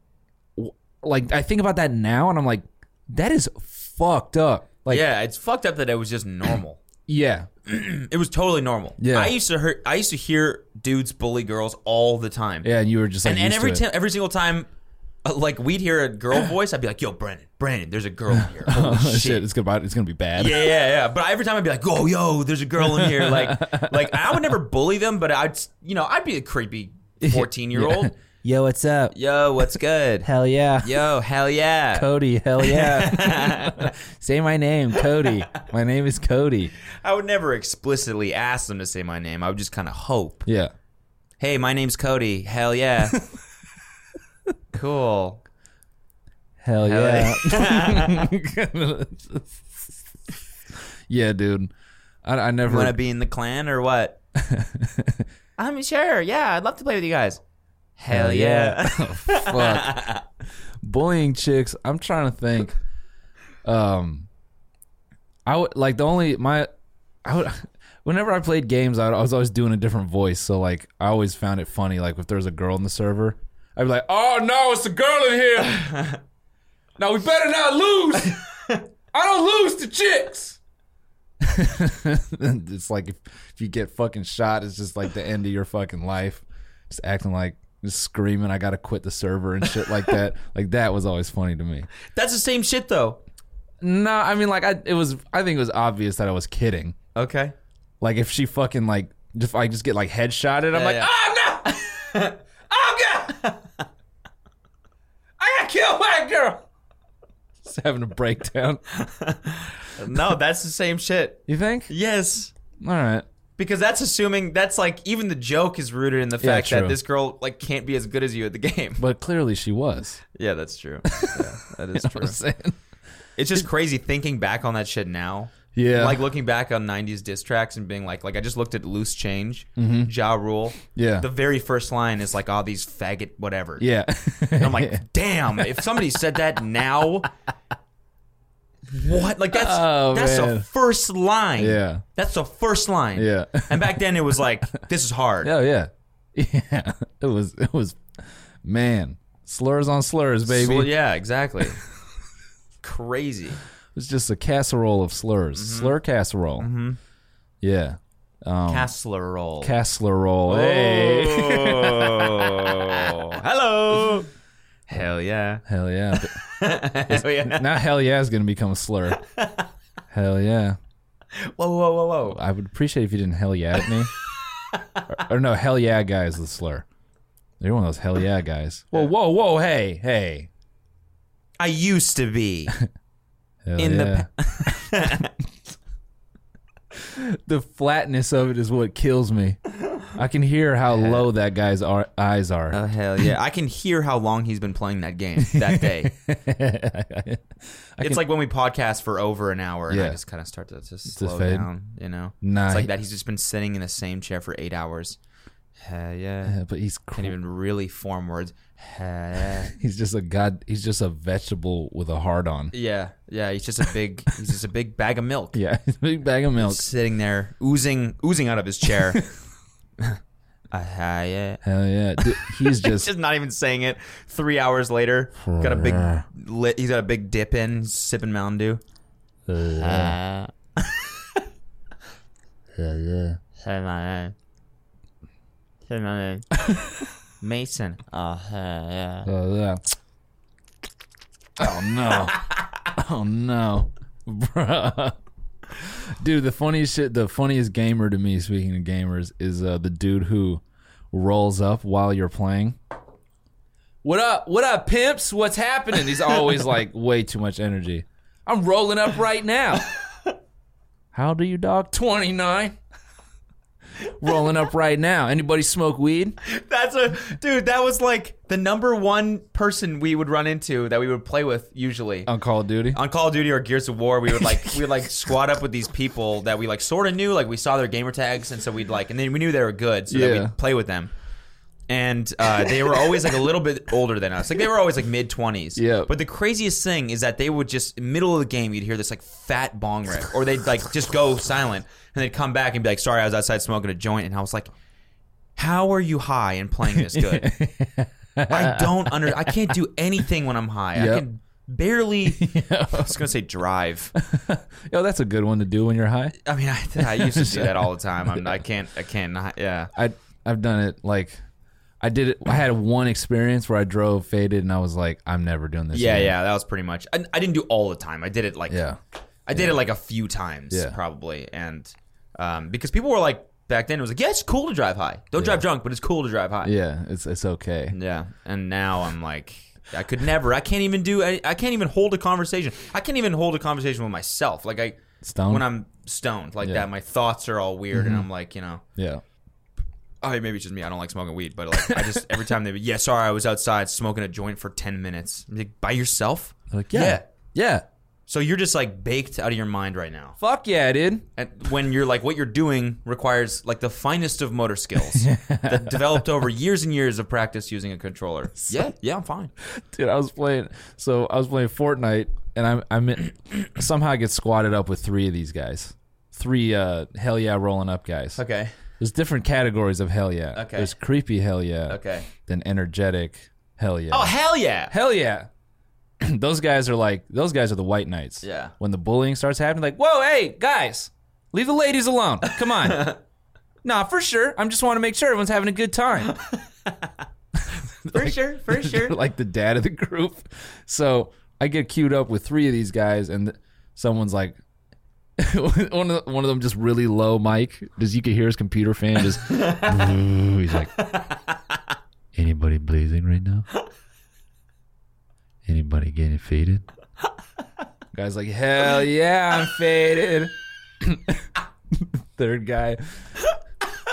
Speaker 2: w- like I think about that now and I'm like, that is fucked up. Like
Speaker 1: yeah, it's fucked up that it was just normal.
Speaker 2: yeah,
Speaker 1: it was totally normal.
Speaker 2: Yeah.
Speaker 1: I used to hear I used to hear dudes bully girls all the time.
Speaker 2: yeah. And you were just like,
Speaker 1: and, and
Speaker 2: used
Speaker 1: every
Speaker 2: to
Speaker 1: time,
Speaker 2: it.
Speaker 1: every single time, uh, like we'd hear a girl voice, I'd be like, "Yo, Brandon, Brandon, there's a girl in here." Holy
Speaker 2: shit,
Speaker 1: shit.
Speaker 2: it's gonna it's gonna be bad.
Speaker 1: Yeah, yeah, yeah. But every time I'd be like, "Oh, yo, there's a girl in here." Like, like I would never bully them, but I'd, you know, I'd be a creepy fourteen year old.
Speaker 3: Yo, what's up?
Speaker 1: Yo, what's good?
Speaker 3: Hell yeah.
Speaker 1: Yo, hell yeah.
Speaker 3: Cody, hell yeah. Say my name, Cody. My name is Cody.
Speaker 1: I would never explicitly ask them to say my name. I would just kind of hope.
Speaker 2: yeah.
Speaker 1: Hey, my name's Cody. Hell yeah. cool.
Speaker 3: Hell, yeah.
Speaker 1: yeah.
Speaker 2: yeah, dude. I, I never.
Speaker 1: Want to be in the clan or what? I'm sure. Yeah, I'd love to play with you guys. Hell, yeah.
Speaker 2: fuck. Bullying chicks. I'm trying to think. Um, I would like the only my, I would. Whenever I played games, I, would- I was always doing a different voice. So like, I always found it funny. Like if there was a girl in the server, I'd be like, "Oh no, it's a girl in here." now we better not lose. I don't lose to chicks. it's like if, if you get fucking shot, it's just like the end of your fucking life. Just acting like just screaming, I gotta quit the server and shit like that. like that was always funny to me.
Speaker 1: That's the same shit though.
Speaker 2: No, I mean like I it was I think it was obvious that I was kidding.
Speaker 1: Okay.
Speaker 2: Like if she fucking like if I just get like headshotted, I'm like,
Speaker 1: yeah.
Speaker 2: oh no Oh god I got killed by a girl Just having a breakdown.
Speaker 1: No, that's the same shit.
Speaker 2: You think?
Speaker 1: Yes.
Speaker 2: Alright.
Speaker 1: Because that's assuming that's like even the joke is rooted in the
Speaker 2: Yeah,
Speaker 1: fact
Speaker 2: true.
Speaker 1: that this girl like can't be as good as you at the game.
Speaker 2: But clearly she was.
Speaker 1: Yeah, that's true. Yeah, that is true.
Speaker 2: I'm saying.
Speaker 1: It's just crazy thinking back on that shit now.
Speaker 2: Yeah.
Speaker 1: Like looking back on 90s diss tracks and being like, like I just looked at Loose Change, Ja Rule.
Speaker 2: Mm-hmm. Yeah.
Speaker 1: The very first line is like, all these faggot whatever.
Speaker 2: Yeah.
Speaker 1: And I'm like, damn, if somebody said that now, what? Like that's
Speaker 2: Oh,
Speaker 1: that's
Speaker 2: man.
Speaker 1: the first line.
Speaker 2: Yeah.
Speaker 1: That's the first line.
Speaker 2: Yeah.
Speaker 1: And back then it was like, this is hard.
Speaker 2: Oh yeah, yeah. It was it was, man. Slurs on slurs, baby.
Speaker 1: Sl- yeah, exactly. Crazy.
Speaker 2: It was just a casserole of slurs. Slur casserole. Mm-hmm. Yeah,
Speaker 1: Castler roll.
Speaker 2: casserole. Oh. Hey,
Speaker 1: Oh. Hello. Hell yeah.
Speaker 2: hell yeah. But
Speaker 1: Hell yeah.
Speaker 2: now hell yeah is gonna become a slur. hell yeah.
Speaker 1: Whoa, whoa, whoa, whoa.
Speaker 2: I would appreciate if you didn't hell yeah at me. or, or no, hell yeah guy is the slur. You're one of those hell yeah guys. Whoa, whoa, whoa, hey, hey.
Speaker 1: I used to be.
Speaker 2: Hell
Speaker 1: In the
Speaker 2: the flatness of it is what kills me. I can hear how low that guy's ar- eyes are.
Speaker 1: Oh, hell yeah. I can hear how long he's been playing that game that day. it's like when we podcast for over an hour and I
Speaker 2: Yeah.
Speaker 1: just kind of start to just slow
Speaker 2: fade.
Speaker 1: down, you know?
Speaker 2: Nah,
Speaker 1: It's like
Speaker 2: he-
Speaker 1: that. He's just been sitting in the same chair for eight hours. Hell yeah.
Speaker 2: Yeah, but he's cr-
Speaker 1: Can't even really form words. Hell yeah.
Speaker 2: he's just a god. He's just a vegetable with a heart on.
Speaker 1: Yeah, yeah. He's just a big, he's just a big bag of milk.
Speaker 2: Yeah, big bag of milk.
Speaker 1: sitting there oozing oozing out of his chair. uh, yeah.
Speaker 2: Hell yeah, Dude, he's just
Speaker 1: Just not even saying it. Three hours later, got a big lit. He's got a big dip in, sipping Mountain Dew. Uh,
Speaker 2: hell Uh, yeah.
Speaker 1: Say my name. Say my name. Mason. Oh, yeah.
Speaker 2: Hell yeah. Oh no. oh no. Bruh. Dude, the funniest shit the funniest gamer to me, speaking of gamers, is uh, the dude who rolls up while you're playing. What up? What up, pimps? What's happening? He's always like way too much energy. I'm rolling up right now. How do you dog? 29. rolling up right now. Anybody smoke weed?
Speaker 1: That's a dude. That was like the number one person we would run into that we would play with usually
Speaker 2: On Call of Duty?
Speaker 1: on Call of Duty or Gears of War. We would like we would like squad up with these people that we like sort of knew, like we saw their gamer tags, and so we'd like, and then we knew they were good, so
Speaker 2: Yeah.
Speaker 1: then we'd play with them. And uh, they were always like a little bit older than us. Like they were always like mid twenties.
Speaker 2: Yeah.
Speaker 1: But the craziest thing is that they would just middle of the game you'd hear this like fat bong rip, or they'd like just go silent, and they'd come back and be like, "Sorry, I was outside smoking a joint," and I was like, "How are you high and playing this good?" I don't under. I can't do anything when I'm high. I
Speaker 2: Yep.
Speaker 1: can barely. I was gonna say drive.
Speaker 2: Yo, that's a good one to do when you're high.
Speaker 1: I mean, I, I used to do that all the time. I'm, I can't. I can't. Not, yeah.
Speaker 2: I I've done it like I did it. I had one experience where I drove faded, and I was like, I'm never doing this.
Speaker 1: Yeah.
Speaker 2: again.
Speaker 1: Yeah. That was pretty much. I, I didn't do all the time. I did it like.
Speaker 2: Yeah.
Speaker 1: I did it like a few times
Speaker 2: Yeah.
Speaker 1: probably, and um, because people were like back then it was like yeah it's cool to drive high. Don't drive drunk, but it's cool to drive high.
Speaker 2: Yeah, it's it's okay.
Speaker 1: Yeah. And now I'm like. I could never. I can't even do. I, I can't even hold a conversation. I can't even hold a conversation with myself. Like I,
Speaker 2: Stone.
Speaker 1: when I'm stoned like
Speaker 2: Yeah. Mm-hmm.
Speaker 1: that. My thoughts are all weird, and I'm like, you know,
Speaker 2: yeah.
Speaker 1: oh, maybe it's just me. I don't like smoking weed, but like, I just every time they, be, yeah, sorry, I was outside smoking a joint for ten minutes. I'm like, by yourself?
Speaker 2: They're like yeah, yeah,
Speaker 1: So you're just like baked out of your mind right now.
Speaker 2: Fuck yeah, dude.
Speaker 1: And when you're like, what you're doing requires like the finest of motor skills that developed over years and years of practice using a controller. Yeah, yeah, I'm fine.
Speaker 2: Dude, I was playing. So I was playing Fortnite, and I'm I'm in, somehow I get squatted up with three of these guys, three uh hell yeah rolling up guys.
Speaker 1: Okay.
Speaker 2: There's different categories of hell yeah.
Speaker 1: Okay.
Speaker 2: There's creepy hell yeah.
Speaker 1: Okay.
Speaker 2: Then energetic hell yeah.
Speaker 1: Oh hell yeah.
Speaker 2: Hell yeah. those guys are like those guys are the white knights.
Speaker 1: Yeah.
Speaker 2: When the bullying starts happening, like, whoa, hey, guys, leave the ladies alone. Come on. nah, for sure. I'm just want to make sure everyone's having a good time.
Speaker 1: For sure. For sure.
Speaker 2: like the dad of the group. So I get queued up with three of these guys, and someone's like, one of one of them just really low mic, just you could hear his computer fan just. "Boo." he's like, anybody blazing right now? Anybody getting faded? Guy's like, hell yeah, I'm faded. Third guy,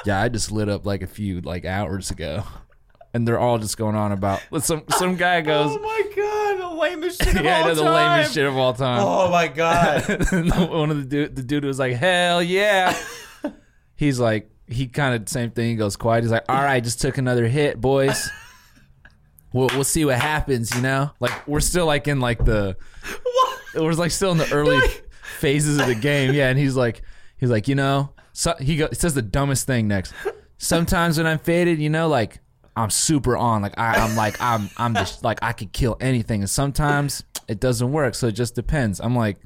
Speaker 2: yeah, I just lit up like a few like hours ago, and they're all just going on about. Some some guy goes,
Speaker 1: Oh my god, the lamest shit
Speaker 2: yeah, I know the lamest shit of all time.
Speaker 1: Oh my god.
Speaker 2: one of the dude, the dude was like, "Hell yeah!" He's like, he kind of same thing. He goes quiet. He's like, "All right, just took another hit, boys. We'll we'll see what happens." You know, like we're still like in like the we're like still in the early phases of the game. Yeah, and he's like, he's like, you know, so, he go, he says the dumbest thing next. Sometimes when I'm faded, you know, like I'm super on, like I, I'm like I'm I'm just like I could kill anything, and sometimes it doesn't work. So it just depends. I'm like.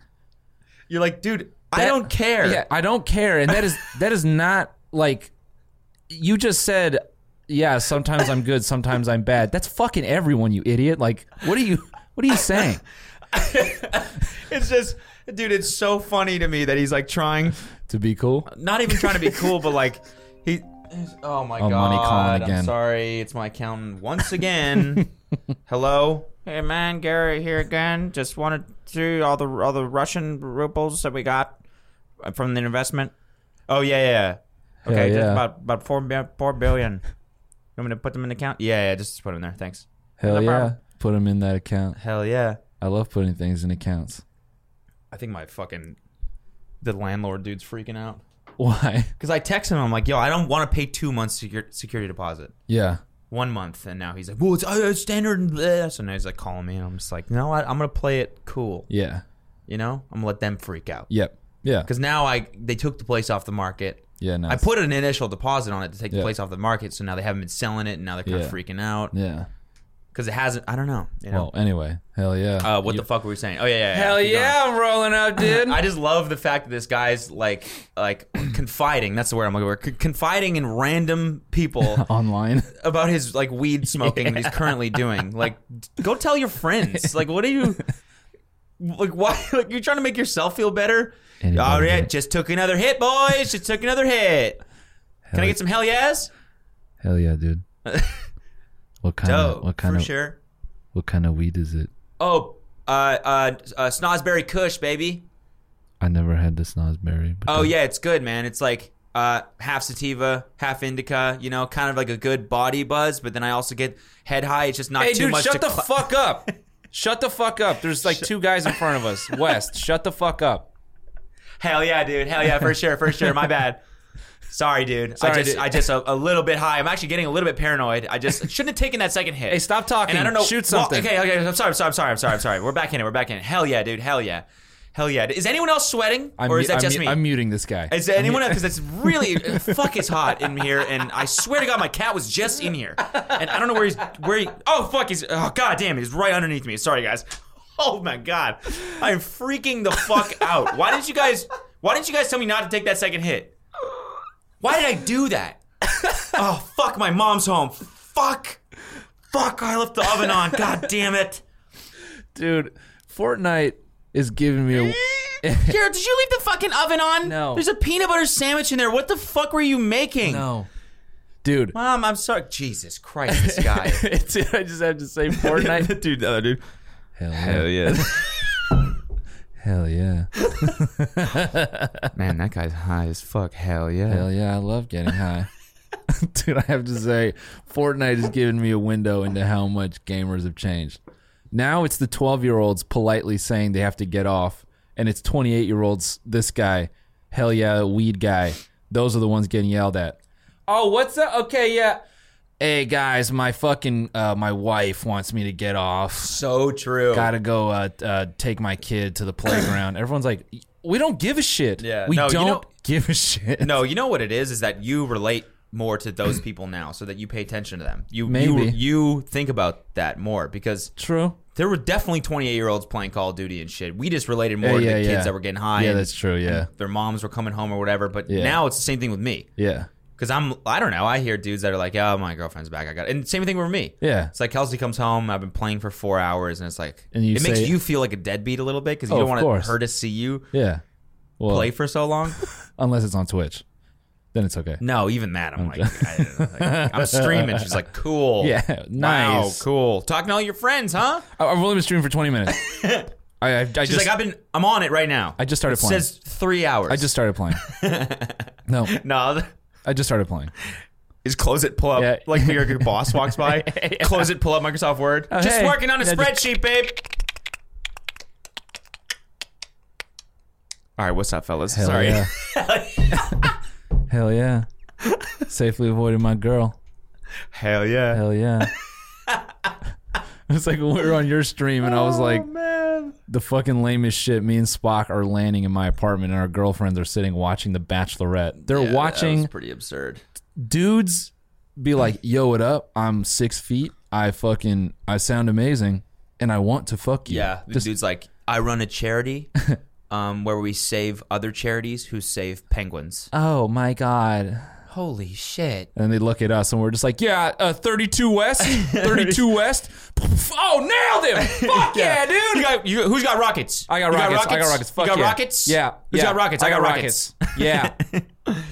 Speaker 1: You're like, dude, I
Speaker 2: That-
Speaker 1: don't care.
Speaker 2: Yeah, I don't care, and that is that is not like you just said. Yeah, sometimes I'm good, sometimes I'm bad. That's fucking everyone, you idiot. Like, what are you? What are you saying?
Speaker 1: It's just, dude, it's so funny to me that he's like trying,
Speaker 2: To be cool,
Speaker 1: not even trying to be cool, but like he. he's- Oh my
Speaker 2: Oh,
Speaker 1: god!
Speaker 2: money calling again.
Speaker 1: I'm sorry, it's my accountant once again. Hello. Hey man, Gary here again. Just wanted to all the all the Russian rubles that we got uh, from the investment. Oh yeah, yeah. yeah. Okay,
Speaker 2: Hell
Speaker 1: just
Speaker 2: yeah.
Speaker 1: about about four bi- four billion. You want me to put them in the account? Yeah, yeah. Just put them there. Thanks.
Speaker 2: hell
Speaker 1: No
Speaker 2: yeah.
Speaker 1: problem.
Speaker 2: Put them in that account.
Speaker 1: Hell yeah.
Speaker 2: I love putting things in accounts.
Speaker 1: I think my fucking the landlord dude's freaking out.
Speaker 2: Why?
Speaker 1: Because I text him, I'm like, yo, I don't want to pay two months secur- security deposit.
Speaker 2: Yeah,
Speaker 1: One month. And now he's like, well, it's uh, standard. And this. And now he's like calling me. And I'm just like, you know what? I'm going to play it cool.
Speaker 2: yeah,
Speaker 1: You know, I'm going to let them freak out.
Speaker 2: yep, yeah,
Speaker 1: Because now I they took the place off the market.
Speaker 2: yeah. Nice.
Speaker 1: I put an initial deposit on it to take
Speaker 2: Yeah.
Speaker 1: the place off the market. So now they haven't been selling it. And now they're kind
Speaker 2: Yeah.
Speaker 1: of freaking out.
Speaker 2: Yeah.
Speaker 1: Because it hasn't, I don't know. You know?
Speaker 2: Well, anyway, hell yeah.
Speaker 1: uh, what the fuck were we saying? Oh, yeah, yeah. yeah.
Speaker 2: hell
Speaker 1: Keep going.
Speaker 2: yeah, I'm rolling up, dude.
Speaker 1: I just love the fact that this guy's like like confiding. That's the word I'm looking for. C- confiding in random people
Speaker 2: Online.
Speaker 1: about his like weed smoking that he's currently doing. Like, d- go tell your friends. Like, what are you? Like, why? Like, you're trying to make yourself feel better.
Speaker 2: Anybody
Speaker 1: All right,
Speaker 2: hit.
Speaker 1: just took another hit, boys. Just took another hit. Can I get some hell yes?
Speaker 2: Hell yeah, dude. What kind
Speaker 1: Dope,
Speaker 2: of what kind
Speaker 1: for
Speaker 2: of
Speaker 1: sure.
Speaker 2: what kind of weed is it?
Speaker 1: Oh, uh, uh, uh, Snosberry Kush, baby.
Speaker 2: I never had the snozberry. but
Speaker 1: Oh
Speaker 2: that-
Speaker 1: yeah, it's good, man. It's like uh, half sativa, half indica. You know, kind of like a good body buzz, but then I also get head high. It's just not
Speaker 2: Hey,
Speaker 1: too
Speaker 2: dude,
Speaker 1: much.
Speaker 2: shut
Speaker 1: to
Speaker 2: the
Speaker 1: cl-
Speaker 2: fuck up. Shut the fuck up. There's like two guys in front of us. West, shut the fuck up.
Speaker 1: Hell yeah, dude. Hell yeah, for sure, for sure. My bad. Sorry, dude. I
Speaker 2: Sorry,
Speaker 1: just,
Speaker 2: dude.
Speaker 1: I just a, a little bit high. I'm actually getting a little bit paranoid. I just shouldn't have taken that second hit.
Speaker 2: Hey, stop talking.
Speaker 1: And I don't know.
Speaker 2: Shoot
Speaker 1: Well,
Speaker 2: something.
Speaker 1: okay, okay. I'm sorry. I'm sorry. I'm sorry. I'm sorry. I'm sorry. We're back in it. We're back in it. Hell yeah, dude. Hell yeah. Hell yeah. Is anyone else sweating,
Speaker 2: I'm,
Speaker 1: or is
Speaker 2: mu-
Speaker 1: that
Speaker 2: I'm
Speaker 1: just
Speaker 2: mu-
Speaker 1: me?
Speaker 2: I'm muting this guy.
Speaker 1: Is there anyone else? Because it's really fuck. It's hot in here, and I swear to God, my cat was just in here, and I don't know where he's where he. Oh fuck, he's oh god damn, he's right underneath me. Sorry guys. Oh my god, I'm freaking the fuck out. Why didn't you guys? Why didn't you guys tell me not to take that second hit? Why did I do that? Oh fuck, my mom's home. Fuck, fuck, I left the oven on. God damn it.
Speaker 2: Dude, Fortnite is giving me a.
Speaker 1: Jared, did you leave the fucking oven on?
Speaker 3: No.
Speaker 1: There's a peanut butter sandwich in there. What the fuck were you making?
Speaker 3: No.
Speaker 2: Dude.
Speaker 1: Mom, I'm sorry. Jesus Christ, this guy.
Speaker 2: It's- I just have to say Fortnite.
Speaker 1: dude, the other dude.
Speaker 2: Hell yeah.
Speaker 1: yeah.
Speaker 2: Hell yeah.
Speaker 1: Man, that guy's high as fuck. Hell yeah.
Speaker 2: Hell yeah. I love getting high. Dude, I have to say, Fortnite has given me a window into how much gamers have changed. Now it's the 12 year olds politely saying they have to get off, and it's 28 year olds, this guy, hell yeah, weed guy. Those are the ones getting yelled at. Oh, what's up? Okay, yeah. Hey guys, my fucking uh, my wife wants me to get off.
Speaker 1: So true.
Speaker 2: Gotta go uh, uh, take my kid to the playground. Everyone's like, we don't give a shit.
Speaker 1: Yeah,
Speaker 2: we
Speaker 1: no, you
Speaker 2: don't
Speaker 1: know-
Speaker 2: give a shit.
Speaker 1: No, you know what it is? Is that you relate more to those people now so that you pay attention to them. You,
Speaker 2: Maybe.
Speaker 1: you you think about that more because
Speaker 2: true.
Speaker 1: there were definitely 28 year olds playing Call of Duty and shit. We just related more to
Speaker 2: yeah,
Speaker 1: the kids
Speaker 2: yeah.
Speaker 1: that were getting high.
Speaker 2: Yeah,
Speaker 1: and
Speaker 2: that's true. Yeah,
Speaker 1: Their moms were coming home or whatever. But
Speaker 2: Yeah.
Speaker 1: now it's the same thing with me.
Speaker 2: yeah,
Speaker 1: Cause I'm, I don't know. I hear dudes that are like, "Oh, my girlfriend's back. I got," it. and same thing with me.
Speaker 2: Yeah.
Speaker 1: it's like Kelsey comes home. I've been playing for four hours, and it's like,
Speaker 2: And you
Speaker 1: it makes
Speaker 2: say-
Speaker 1: you feel like a deadbeat a little bit because you
Speaker 2: Oh,
Speaker 1: don't want
Speaker 2: of course.
Speaker 1: her to see you
Speaker 2: yeah. Well,
Speaker 1: play for so long.
Speaker 2: unless it's on Twitch, then it's okay.
Speaker 1: no, even that, I'm like, I, like, I'm streaming. She's like, "Cool,
Speaker 2: Yeah,
Speaker 1: wow,
Speaker 2: nice.
Speaker 1: cool." Talking to all your friends, huh?
Speaker 2: I, I've only been streaming for twenty minutes. I, I, I
Speaker 1: She's
Speaker 2: just
Speaker 1: like, "I've been, I'm on it right now."
Speaker 2: I just
Speaker 1: It
Speaker 2: started playing.
Speaker 1: Says three hours.
Speaker 2: I just started playing. no,
Speaker 1: no.
Speaker 2: I just started playing.
Speaker 1: Is close it, pull up.
Speaker 2: Yeah.
Speaker 1: Like your, your boss walks by. Close it, pull up Microsoft Word. just
Speaker 2: Oh, hey.
Speaker 1: working on a
Speaker 2: Yeah, just-
Speaker 1: spreadsheet, babe. All right, what's up, fellas?
Speaker 2: Hell
Speaker 1: Sorry.
Speaker 2: yeah. Hell yeah. Safely avoided my girl.
Speaker 1: Hell yeah.
Speaker 2: Hell yeah. it's like when we were on your stream, and I was like, the fucking lamest shit. Me and Spock are landing in my apartment, and our girlfriends are sitting watching The Bachelorette. They're watching
Speaker 1: pretty absurd.
Speaker 2: dudes be like, "Yo, what up? I'm six feet. I fucking I sound amazing, and I want to fuck you."
Speaker 1: Yeah. The
Speaker 2: just
Speaker 1: dude's like, I run a charity um, where we save other charities who save penguins.
Speaker 2: oh my god.
Speaker 1: Holy shit.
Speaker 2: And they look at us, and we're just like, "Yeah, uh, 32 West, 32 West. Oh, nailed him! Fuck yeah, dude!
Speaker 1: You got, you, who's got rockets?
Speaker 2: I got
Speaker 1: You
Speaker 2: rockets. I got rockets. Fuck
Speaker 1: you got
Speaker 2: yeah.
Speaker 1: rockets?
Speaker 2: Yeah.
Speaker 1: Who's
Speaker 2: yeah.
Speaker 1: got rockets? I, got, rockets.
Speaker 2: yeah.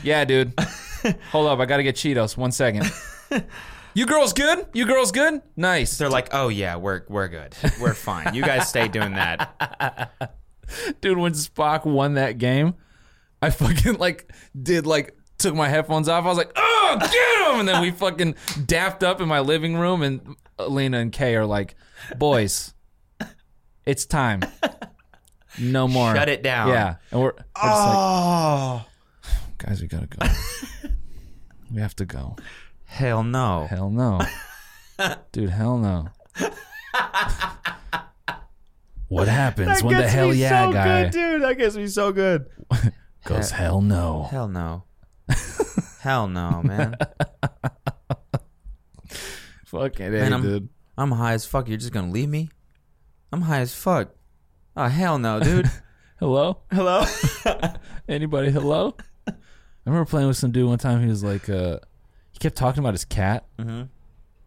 Speaker 2: Yeah, dude. Hold up, I gotta get Cheetos. One second. You girls good? You girls good? Nice.
Speaker 1: They're like, oh yeah, we're we're good. We're fine. You guys stay doing that.
Speaker 2: dude when spock won that game i fucking like did like took my headphones off i was like oh get him and then we fucking daffed up in my living room and elena and kay are like boys it's time no more
Speaker 1: Shut it down.
Speaker 2: yeah and we're, we're just like
Speaker 1: Oh.
Speaker 2: guys we gotta go we have to go
Speaker 1: Hell no.
Speaker 2: hell no dude hell no what happens when the hell yeah guy
Speaker 1: dude. That gets me so good.
Speaker 2: goes hell no
Speaker 1: Hell no. Hell no, man.
Speaker 2: Fuck it,
Speaker 1: Man, I'm- I'm high as fuck. You're just gonna leave me? I'm high as fuck. Oh hell no, dude.
Speaker 2: Hello?
Speaker 1: Hello?
Speaker 2: Anybody hello? I remember playing with some dude one time. He was like, uh, he kept talking about his cat. Mm-hmm.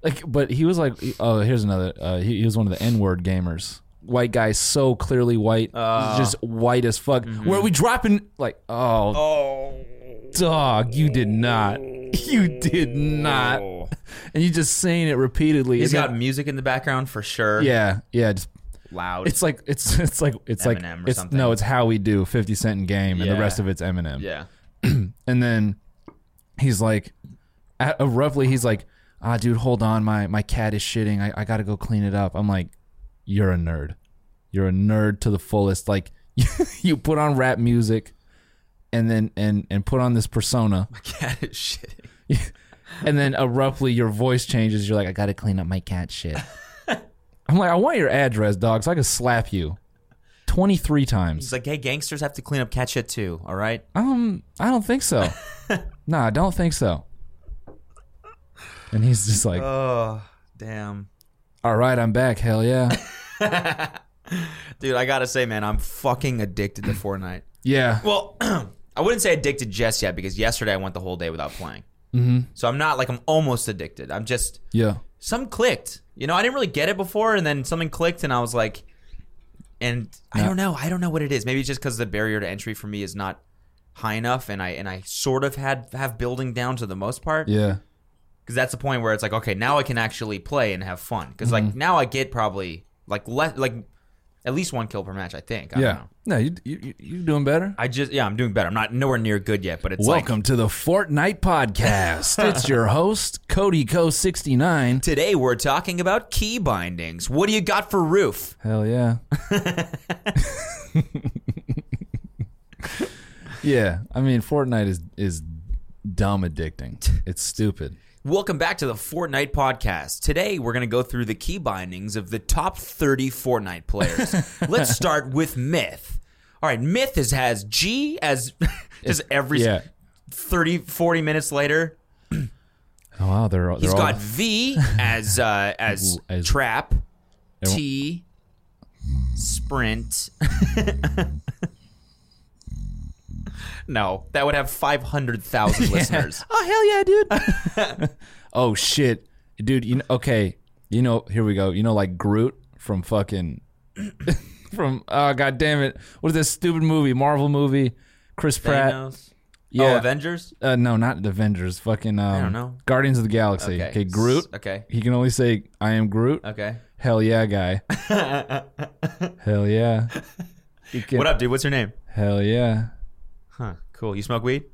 Speaker 2: Like, but he was like, oh, here's another. Uh, he, he was one of the N word gamers. White guy, so clearly white, just white as fuck. Where are we dropping? Like, Uh. Mm-hmm. oh, dog, you did not. You did not. And you just saying it repeatedly.
Speaker 1: He's
Speaker 2: and
Speaker 1: got
Speaker 2: then-
Speaker 1: music in the background for sure.
Speaker 2: yeah, yeah, just
Speaker 1: Loud.
Speaker 2: It's like it's it's like it's like
Speaker 1: Eminem or
Speaker 2: it's
Speaker 1: something.
Speaker 2: no, it's how we do Fifty Cent in game, and
Speaker 1: Yeah.
Speaker 2: the rest of it's Eminem.
Speaker 1: yeah.
Speaker 2: Um, and then he's like, at, uh, roughly, he's like, ah, dude, hold on, my my cat is shitting. I, I gotta go clean it up. I'm like, you're a nerd. You're a nerd to the fullest. Like you put on rap music, and then and and put on this persona,
Speaker 1: Cat is shitting.
Speaker 2: and then abruptly your voice changes. You're like, I gotta clean up my cat shit. I'm like, I want your address, dog, so I can slap you. 23 times.
Speaker 1: He's like, hey, gangsters have to clean up cat shit too. All right.
Speaker 2: Um, I don't think so. nah, I don't think so. And he's just like,
Speaker 1: Oh, damn.
Speaker 2: "All right, I'm back. Hell yeah,
Speaker 1: Dude, I gotta say, man, I'm fucking addicted to Fortnite.
Speaker 2: yeah."
Speaker 1: Well, I wouldn't say addicted just yet because yesterday I went the whole day without playing. Mm-hmm. So I'm not like I'm almost addicted. I'm just
Speaker 2: Yeah,
Speaker 1: some clicked. You know, I didn't really get it before, and then something clicked, and I was like, and I don't know, I don't know what it is. Maybe it's just because the barrier to entry for me is not high enough, and I and I sort of had have building down to the most part.
Speaker 2: yeah,
Speaker 1: because that's the point where it's like okay now i can actually play and have fun because
Speaker 2: Mm-hmm.
Speaker 1: like now i get probably like less like at least one kill per match i think I don't
Speaker 2: yeah.
Speaker 1: know.
Speaker 2: No, you you you doing better?
Speaker 1: i just yeah i'm doing better i'm not nowhere near good yet but it's
Speaker 2: Welcome
Speaker 1: like
Speaker 2: to the Fortnite podcast. it's your host Cody Co sixty nine.
Speaker 1: today we're talking about key bindings what do you got for roof
Speaker 2: Hell yeah. yeah, I mean Fortnite is is dumb addicting. It's stupid.
Speaker 1: welcome back to the fortnite podcast today we're going to go through the key bindings of the top 30 fortnite players let's start with myth all right myth is has g as just every
Speaker 2: Yeah.
Speaker 1: 30 40 minutes later
Speaker 2: Oh wow, they're, they're
Speaker 1: He's
Speaker 2: all
Speaker 1: got V as uh, as,
Speaker 2: Ooh, as-
Speaker 1: trap, T, sprint. no, that would have five hundred thousand listeners.
Speaker 2: Oh hell yeah, dude! oh shit, dude. You know, okay, you know. Here we go. You know, like Groot from fucking from. Oh god damn it! What is this stupid movie? Marvel movie? Chris Pratt?
Speaker 1: Thanos.
Speaker 2: Yeah.
Speaker 1: Oh, Avengers.
Speaker 2: uh, no, not the Avengers. Fucking. Um, I
Speaker 1: don't know.
Speaker 2: Guardians of the Galaxy. Okay,
Speaker 1: Okay.
Speaker 2: Groot.
Speaker 1: S- okay.
Speaker 2: He can only say, "I am Groot."
Speaker 1: Okay.
Speaker 2: Hell yeah, guy. hell yeah. You can-
Speaker 1: What up, dude? What's your name?
Speaker 2: Hell yeah.
Speaker 1: Huh. Cool. You smoke weed?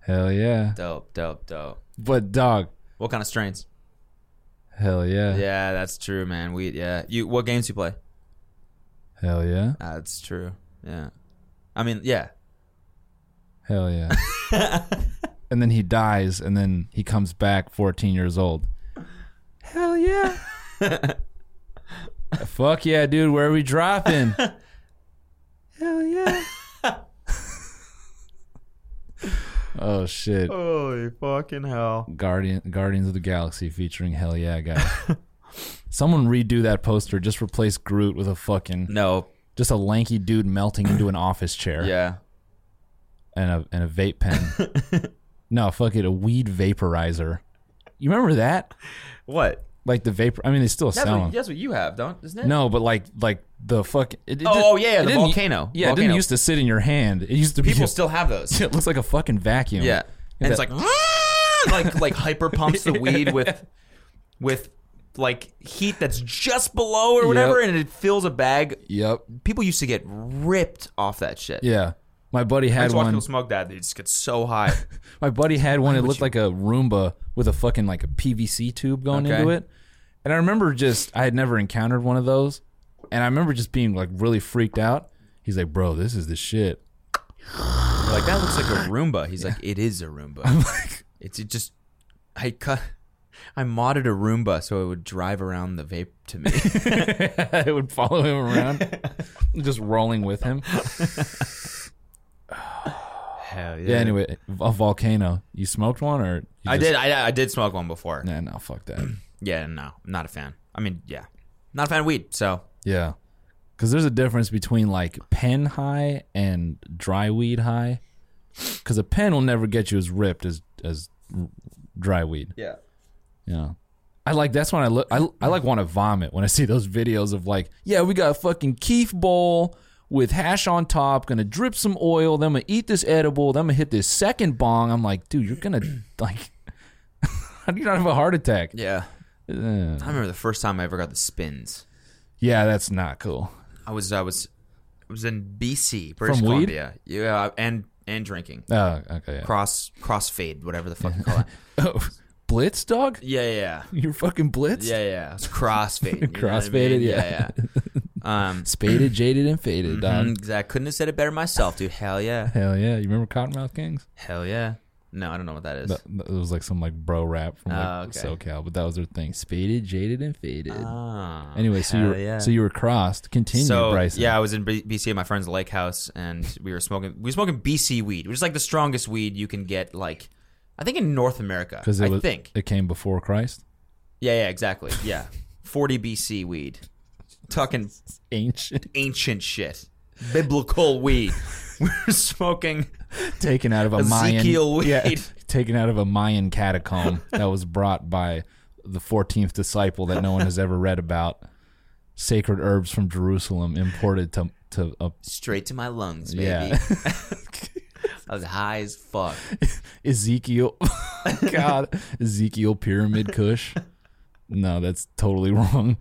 Speaker 2: Hell yeah.
Speaker 1: Dope. Dope. Dope.
Speaker 2: But dog.
Speaker 1: What kind of strains?
Speaker 2: Hell yeah.
Speaker 1: Uh, Yeah, that's true, man. We yeah. You what games you play?
Speaker 2: Hell yeah.
Speaker 1: That's Uh, true. Yeah. I mean, yeah.
Speaker 2: Hell yeah. and then he dies, and then he comes back 14 years old. Hell yeah. Fuck yeah, dude. Where are we dropping? Hell yeah. oh, shit.
Speaker 1: Holy fucking hell.
Speaker 2: Guardian Guardians of the Galaxy featuring Hell yeah guy. Someone redo that poster. Just replace Groot with a fucking,
Speaker 1: No.
Speaker 2: just a lanky dude melting into an office chair
Speaker 1: Yeah.
Speaker 2: and a and a vape pen. no, fuck it, a weed vaporizer. You remember that?
Speaker 1: What?
Speaker 2: Like the vapor. I mean, they still
Speaker 1: That's
Speaker 2: sell
Speaker 1: what,
Speaker 2: them.
Speaker 1: that's what you have, don't isn't it?
Speaker 2: No, but like like the fuck. It, it
Speaker 1: Oh,
Speaker 2: did-
Speaker 1: oh, yeah,
Speaker 2: it
Speaker 1: the
Speaker 2: didn't-
Speaker 1: volcano.
Speaker 2: Yeah, it
Speaker 1: Volcano.
Speaker 2: didn't used to sit in your hand. It used to be.
Speaker 1: People still have those.
Speaker 2: It looks like a fucking vacuum.
Speaker 1: Yeah. And it's
Speaker 2: that-
Speaker 1: like like like hyper pumps the weed with with like heat that's just below or whatever
Speaker 2: Yep.
Speaker 1: and it fills a bag.
Speaker 2: Yep.
Speaker 1: People used to get ripped off that shit.
Speaker 2: Yeah. My buddy
Speaker 1: I
Speaker 2: had
Speaker 1: just watch
Speaker 2: one.
Speaker 1: people smoke that, they just get so high.
Speaker 2: My buddy had one. It looked like a Roomba with a fucking like a PVC tube going
Speaker 1: Okay.
Speaker 2: into it. And I remember just I had never encountered one of those, and I remember just being like really freaked out. He's like, "Bro, this is the shit."
Speaker 1: They're like, that looks like a Roomba. He's like, It is a Roomba. I'm like it's it just I cut I modded a Roomba so it would drive around the vape to me.
Speaker 2: it would follow him around, just rolling with him.
Speaker 1: Hell
Speaker 2: Yeah. Anyway, a volcano. You smoked one or you
Speaker 1: I
Speaker 2: just-
Speaker 1: did I, I did smoke one before.
Speaker 2: Nah, no, fuck that.
Speaker 1: Yeah, no, not a fan. I mean, yeah, not a fan of weed. So
Speaker 2: yeah, because there's a difference between like pen high and dry weed high. Because a pen will never get you as ripped as as r- dry weed.
Speaker 1: yeah,
Speaker 2: Yeah. I like that's when I look I, I like want to vomit when I see those videos of like, yeah, we got a fucking keef bowl with hash on top, gonna drip some oil, then I'm gonna eat this edible, then I'm gonna hit this second bong. I'm like, dude, you're gonna like how do you not have a heart attack?
Speaker 1: yeah.
Speaker 2: Yeah,
Speaker 1: I remember the first time I ever got the spins.
Speaker 2: yeah that's not cool.
Speaker 1: I was I was I was in BC, British
Speaker 2: From weed?
Speaker 1: Columbia. Yeah, and and drinking.
Speaker 2: Oh, okay. Yeah.
Speaker 1: Cross crossfade, whatever the fuck you call it.
Speaker 2: Oh, blitz dog?
Speaker 1: Yeah, yeah, yeah.
Speaker 2: You're fucking blitz?
Speaker 1: Yeah, yeah. It's crossfade. you know what I
Speaker 2: Crossfaded,
Speaker 1: mean?
Speaker 2: yeah.
Speaker 1: yeah. yeah. Um,
Speaker 2: Spaded, jaded, and faded, dog.
Speaker 1: exact. Couldn't have said it better myself, dude. Hell yeah.
Speaker 2: Hell yeah. You remember Cottonmouth Kings?
Speaker 1: Hell yeah. No, I don't know what that is.
Speaker 2: That, that- it was like some like bro rap from like
Speaker 1: Oh, okay.
Speaker 2: SoCal, but that was their thing. Spaded, jaded, and faded.
Speaker 1: Ah,
Speaker 2: anyway, so you
Speaker 1: hell
Speaker 2: were, so you were crossed. Continue,
Speaker 1: so
Speaker 2: Bryson.
Speaker 1: yeah, I was in B- BC at my friend's lake house, and we were smoking. We were smoking BC weed, which is like the strongest weed you can get. Like, I think in North America.
Speaker 2: because it
Speaker 1: I
Speaker 2: was
Speaker 1: think.
Speaker 2: it came before Christ.
Speaker 1: Yeah, yeah, exactly. Yeah, 40 BC weed, talking
Speaker 2: Ancient,
Speaker 1: ancient shit, biblical weed. We We're smoking.
Speaker 2: taken out of a
Speaker 1: Ezekiel
Speaker 2: Mayan,
Speaker 1: weed.
Speaker 2: yeah, taken out of a Mayan catacomb that was brought by the fourteenth disciple that no one has ever read about. Sacred herbs from Jerusalem imported to to uh,
Speaker 1: straight to my lungs, baby.
Speaker 2: Yeah.
Speaker 1: I was high as fuck.
Speaker 2: Ezekiel. God, Ezekiel pyramid Kush. No, that's totally wrong.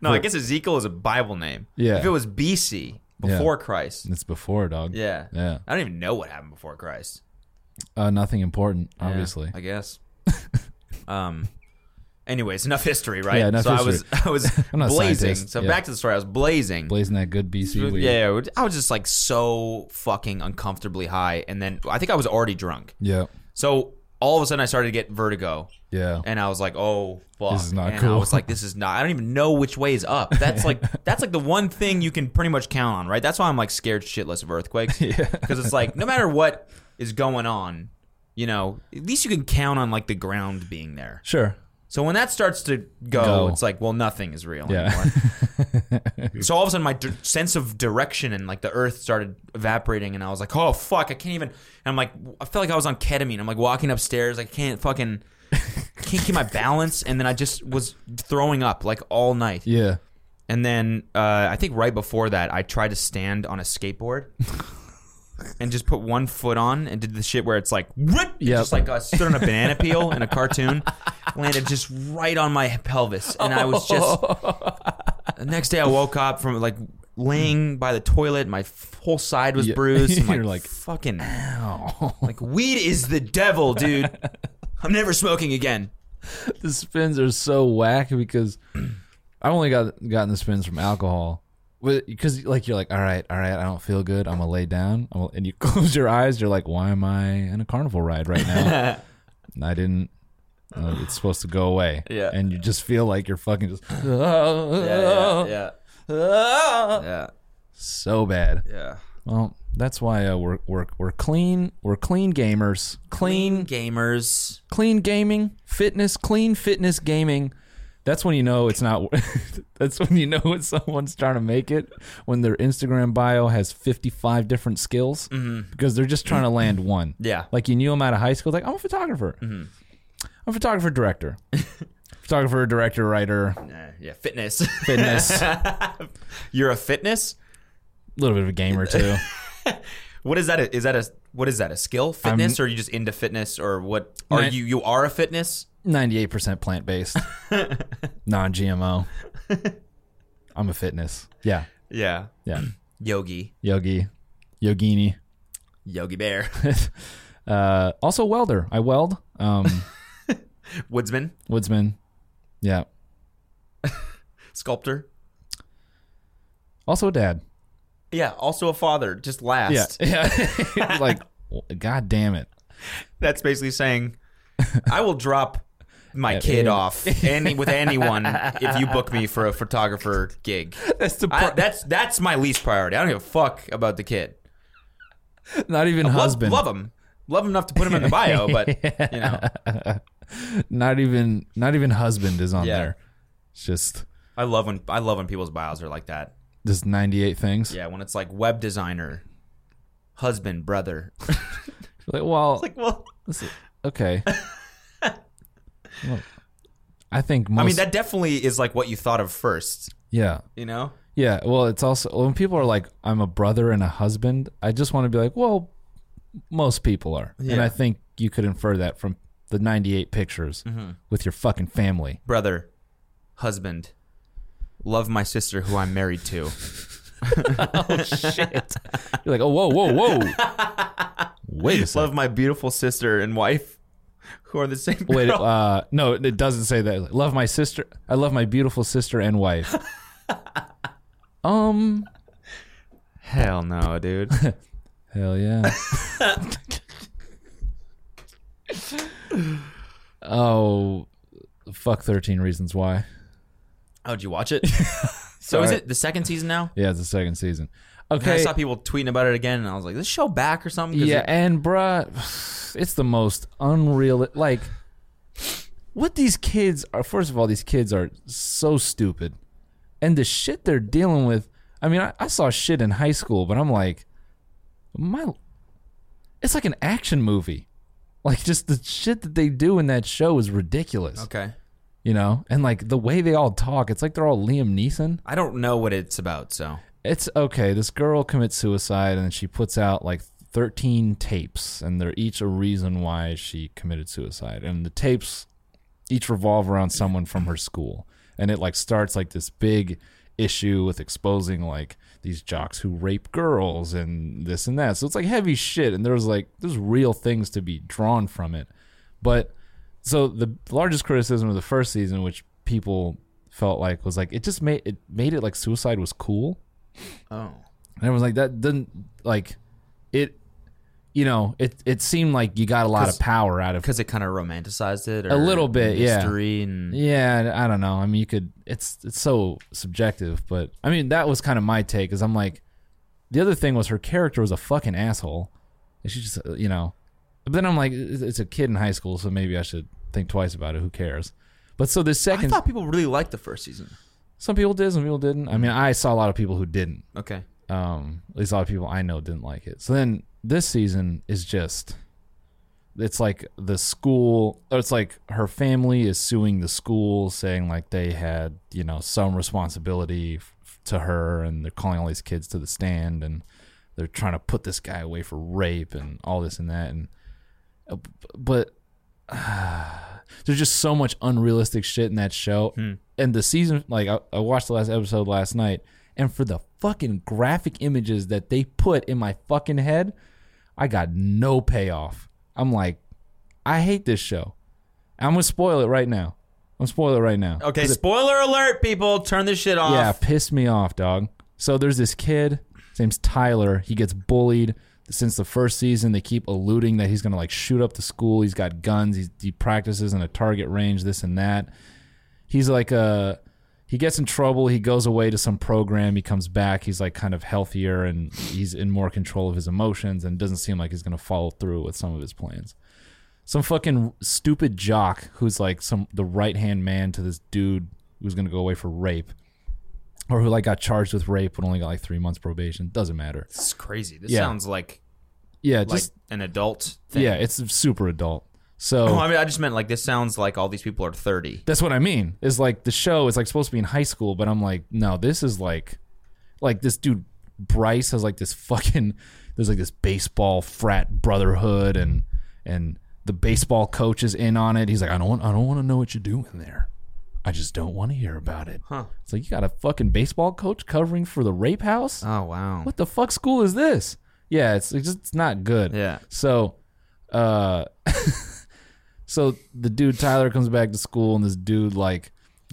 Speaker 1: No, I guess Ezekiel is a Bible name.
Speaker 2: Yeah.
Speaker 1: If it was BC, before Christ.
Speaker 2: It's before dog.
Speaker 1: Yeah.
Speaker 2: yeah.
Speaker 1: I don't even know what happened before Christ.
Speaker 2: Uh, nothing important,
Speaker 1: Yeah,
Speaker 2: obviously.
Speaker 1: I guess. um. Anyways, enough history, right?
Speaker 2: Yeah, enough
Speaker 1: so
Speaker 2: history.
Speaker 1: I was, I was
Speaker 2: I'm not a
Speaker 1: blazing.
Speaker 2: scientist,
Speaker 1: So
Speaker 2: yeah.
Speaker 1: back to the story. I was blazing.
Speaker 2: Blazing that good BC weed.
Speaker 1: Yeah, yeah, I was just like so fucking uncomfortably high, and then I think I was already drunk.
Speaker 2: yeah,
Speaker 1: So all of a sudden, I started to get vertigo,
Speaker 2: yeah.
Speaker 1: and I was like, "Oh fuck!"
Speaker 2: This is not
Speaker 1: and I
Speaker 2: cool.
Speaker 1: was like, "This is not." I don't even know which way is up. That's like that's like the one thing you can pretty much count on, right? That's why I'm like scared shitless of earthquakes because it's like no matter what is going on, you know, at least you can count on like the ground being there.
Speaker 2: Sure.
Speaker 1: So when that starts to go,
Speaker 2: Go.
Speaker 1: it's like, well, nothing is real
Speaker 2: Yeah.
Speaker 1: anymore. so all of a sudden, my d- sense of direction and like the earth started evaporating, and I was like, oh fuck, I can't even. And I'm like, I felt like I was on ketamine. I'm like walking upstairs, I can't fucking, can't keep my balance, and then I just was throwing up like all night.
Speaker 2: Yeah.
Speaker 1: And then uh, I think right before that, I tried to stand on a skateboard and just put one foot on and did the shit where it's like, whip, and
Speaker 2: Yep.
Speaker 1: just like I stood on a banana peel in a cartoon, landed just right on my pelvis, and I was just. the next day, I woke up from like laying by the toilet. My f- whole side was
Speaker 2: Yeah.
Speaker 1: bruised. I'm
Speaker 2: You're
Speaker 1: like,
Speaker 2: like,
Speaker 1: fucking, like weed is the devil, dude. I'm never smoking again.
Speaker 2: the spins are so whack because I've only got gotten the spins from alcohol. Because like you're like, all right, all right, I don't feel good. I'm gonna lay down, I'm gonna, and you close your eyes. You're like, why am I in a carnival ride right now? and I didn't. uh, it's supposed to go away.
Speaker 1: Yeah.
Speaker 2: And you just feel like you're fucking just
Speaker 1: Yeah, yeah, yeah, yeah.
Speaker 2: so bad.
Speaker 1: yeah.
Speaker 2: Well, that's why uh, we're we're we're clean. We're clean gamers. Clean
Speaker 1: gamers.
Speaker 2: clean gaming, fitness, clean fitness gaming. That's when you know it's not. that's when you know when someone's trying to make it when their Instagram bio has fifty-five different skills because they're just trying to land one.
Speaker 1: Yeah.
Speaker 2: like you knew him out of high school. Like I'm a photographer. I'm a photographer director. photographer director writer
Speaker 1: Uh, yeah, fitness. A
Speaker 2: fitness. A
Speaker 1: You're a fitness.
Speaker 2: little bit of a gamer too.
Speaker 1: What is that? Is that a what is that? A skill? Fitness, or are you just into fitness, or what? Are
Speaker 2: My-
Speaker 1: you you are a fitness?
Speaker 2: Ninety-eight percent plant-based, non-GMO. I'm a fitness. Yeah,
Speaker 1: Yeah,
Speaker 2: yeah.
Speaker 1: yogi,
Speaker 2: Yogi, yogini.
Speaker 1: yogi bear,
Speaker 2: Uh, also welder. I weld. Um,
Speaker 1: woodsman,
Speaker 2: woodsman. Yeah.
Speaker 1: sculptor.
Speaker 2: Also a dad.
Speaker 1: Yeah, also a father. Just last.
Speaker 2: Yeah. Yeah. like, god damn it.
Speaker 1: That's basically saying, I will drop my kid
Speaker 2: yeah.
Speaker 1: off any with anyone if you book me for a photographer gig.
Speaker 2: That's the
Speaker 1: I, that's that's my least priority. I don't give a fuck about the kid.
Speaker 2: not even
Speaker 1: Love-
Speaker 2: husband.
Speaker 1: love him, love him enough to put him in the bio, but you know.
Speaker 2: Not even not even husband is on
Speaker 1: Yeah.
Speaker 2: there. It's just
Speaker 1: I love when I love when people's bios are like that.
Speaker 2: just ninety eight things.
Speaker 1: Yeah, when it's like web designer, husband, brother.
Speaker 2: Like, well,
Speaker 1: well,
Speaker 2: listen, okay. Well, I think most.
Speaker 1: I mean that definitely is like what you thought of first.
Speaker 2: Yeah.
Speaker 1: You know?
Speaker 2: Yeah, well, it's also when people are like, "I'm a brother and a husband." I just want to be like, "Well, most people are," and
Speaker 1: Yeah.
Speaker 2: I think you could infer that from the 98 pictures
Speaker 1: Mm-hmm.
Speaker 2: with your fucking family.
Speaker 1: Brother, husband, love my sister who I'm married to.
Speaker 2: You're like, "Oh, whoa, whoa, whoa!" Wait a second.
Speaker 1: Love my beautiful sister and wife who are the same
Speaker 2: Wait,
Speaker 1: girl.
Speaker 2: uh, no, it doesn't say that. Love my sister. I love my beautiful sister and wife. um,
Speaker 1: Hell no, dude.
Speaker 2: hell yeah. oh, fuck. Thirteen Reasons Why.
Speaker 1: oh, did you watch it? so is it the second season now?
Speaker 2: Yeah, it's the second season.
Speaker 1: And I
Speaker 2: Okay.
Speaker 1: saw people tweeting about it again, and I was like, "This show back or something?" 'Cause
Speaker 2: Yeah,
Speaker 1: it-
Speaker 2: and bruh, it's the most unreal. Like, what these kids are. First of all, these kids are so stupid, and the shit they're dealing with. I mean, I, I saw shit in high school, but I'm like, my. It's like an action movie. Like, just the shit that they do in that show is ridiculous.
Speaker 1: okay,
Speaker 2: You know, and like the way they all talk, it's like they're all Liam Neeson
Speaker 1: I don't know what it's about, so
Speaker 2: it's okay. This girl commits suicide and she puts out like 13 tapes, and they're each a reason why she committed suicide. And the tapes each revolve around someone from her school. And it like starts like this big issue with exposing like these jocks who rape girls and this and that. So it's like heavy shit. And there's like, there's real things to be drawn from it. But so the largest criticism of the first season, which people felt like was like, it just made it made it like suicide was cool. And everyone's like, that doesn't like it. You know, it it seemed like you got a lot of power out of.
Speaker 1: because it kind of romanticized it or
Speaker 2: A little bit, yeah.
Speaker 1: History and
Speaker 2: Yeah, I don't know. I mean, you could. It's it's so subjective, but I mean, that was kind of my take. Is I'm like, the other thing was her character was a fucking asshole. And she just, uh, you know. But then I'm like, it's it's a kid in high school, so maybe I should think twice about it. Who cares? But so the
Speaker 1: I
Speaker 2: second,
Speaker 1: thought people really liked the first season.
Speaker 2: some people did, some people didn't. I mean, I saw a lot of people who didn't.
Speaker 1: Okay,
Speaker 2: um, at least a lot of people I know didn't like it. So then this season is just it's like the school or it's like her family is suing the school saying like they had you know some responsibility f- to her and they're calling all these kids to the stand and they're trying to put this guy away for rape and all this and that and uh, b- but there's just so much unrealistic shit in that show. And the season, like I, I watched the last episode last night, and for the fucking graphic images that they put in my fucking head, I got no payoff. I'm like, I hate this show. I'm gonna spoil it right now. I'm gonna spoil it right now.
Speaker 1: okay. Spoiler alert, people, turn this shit off.
Speaker 2: Yeah, pissed me off, dog. So there's this kid, his name's Tyler. He gets bullied since the first season. They keep alluding that he's gonna like shoot up the school. He's got guns. He's, he practices in a target range. This and that. He's like a. He gets in trouble. He goes away to some program. He comes back. He's like kind of healthier and he's in more control of his emotions and doesn't seem like he's gonna follow through with some of his plans some fucking stupid jock who's like some the right hand man to this dude who's gonna go away for rape, or who like got charged with rape but only got like three months probation. Doesn't matter.
Speaker 1: This is crazy. This
Speaker 2: Yeah.
Speaker 1: sounds like
Speaker 2: Yeah,
Speaker 1: like
Speaker 2: just
Speaker 1: an adult thing.
Speaker 2: yeah, it's super adult. So
Speaker 1: Oh, I mean, I just meant like this sounds like all these people are thirty.
Speaker 2: that's what I mean. Is like the show is like supposed to be in high school, but I'm like, no, this is like, like this dude Bryce has like this fucking there's like this baseball frat brotherhood and and the baseball coach is in on it. He's like, I don't want, I don't want to know what you do in there. I just don't want to hear about it. Huh. It's like you got a fucking baseball coach covering for the rape house
Speaker 1: Oh wow.
Speaker 2: what the fuck school is this? Yeah, it's, it's just it's not good.
Speaker 1: Yeah.
Speaker 2: So, uh, so the dude Tyler comes back to school, and this dude like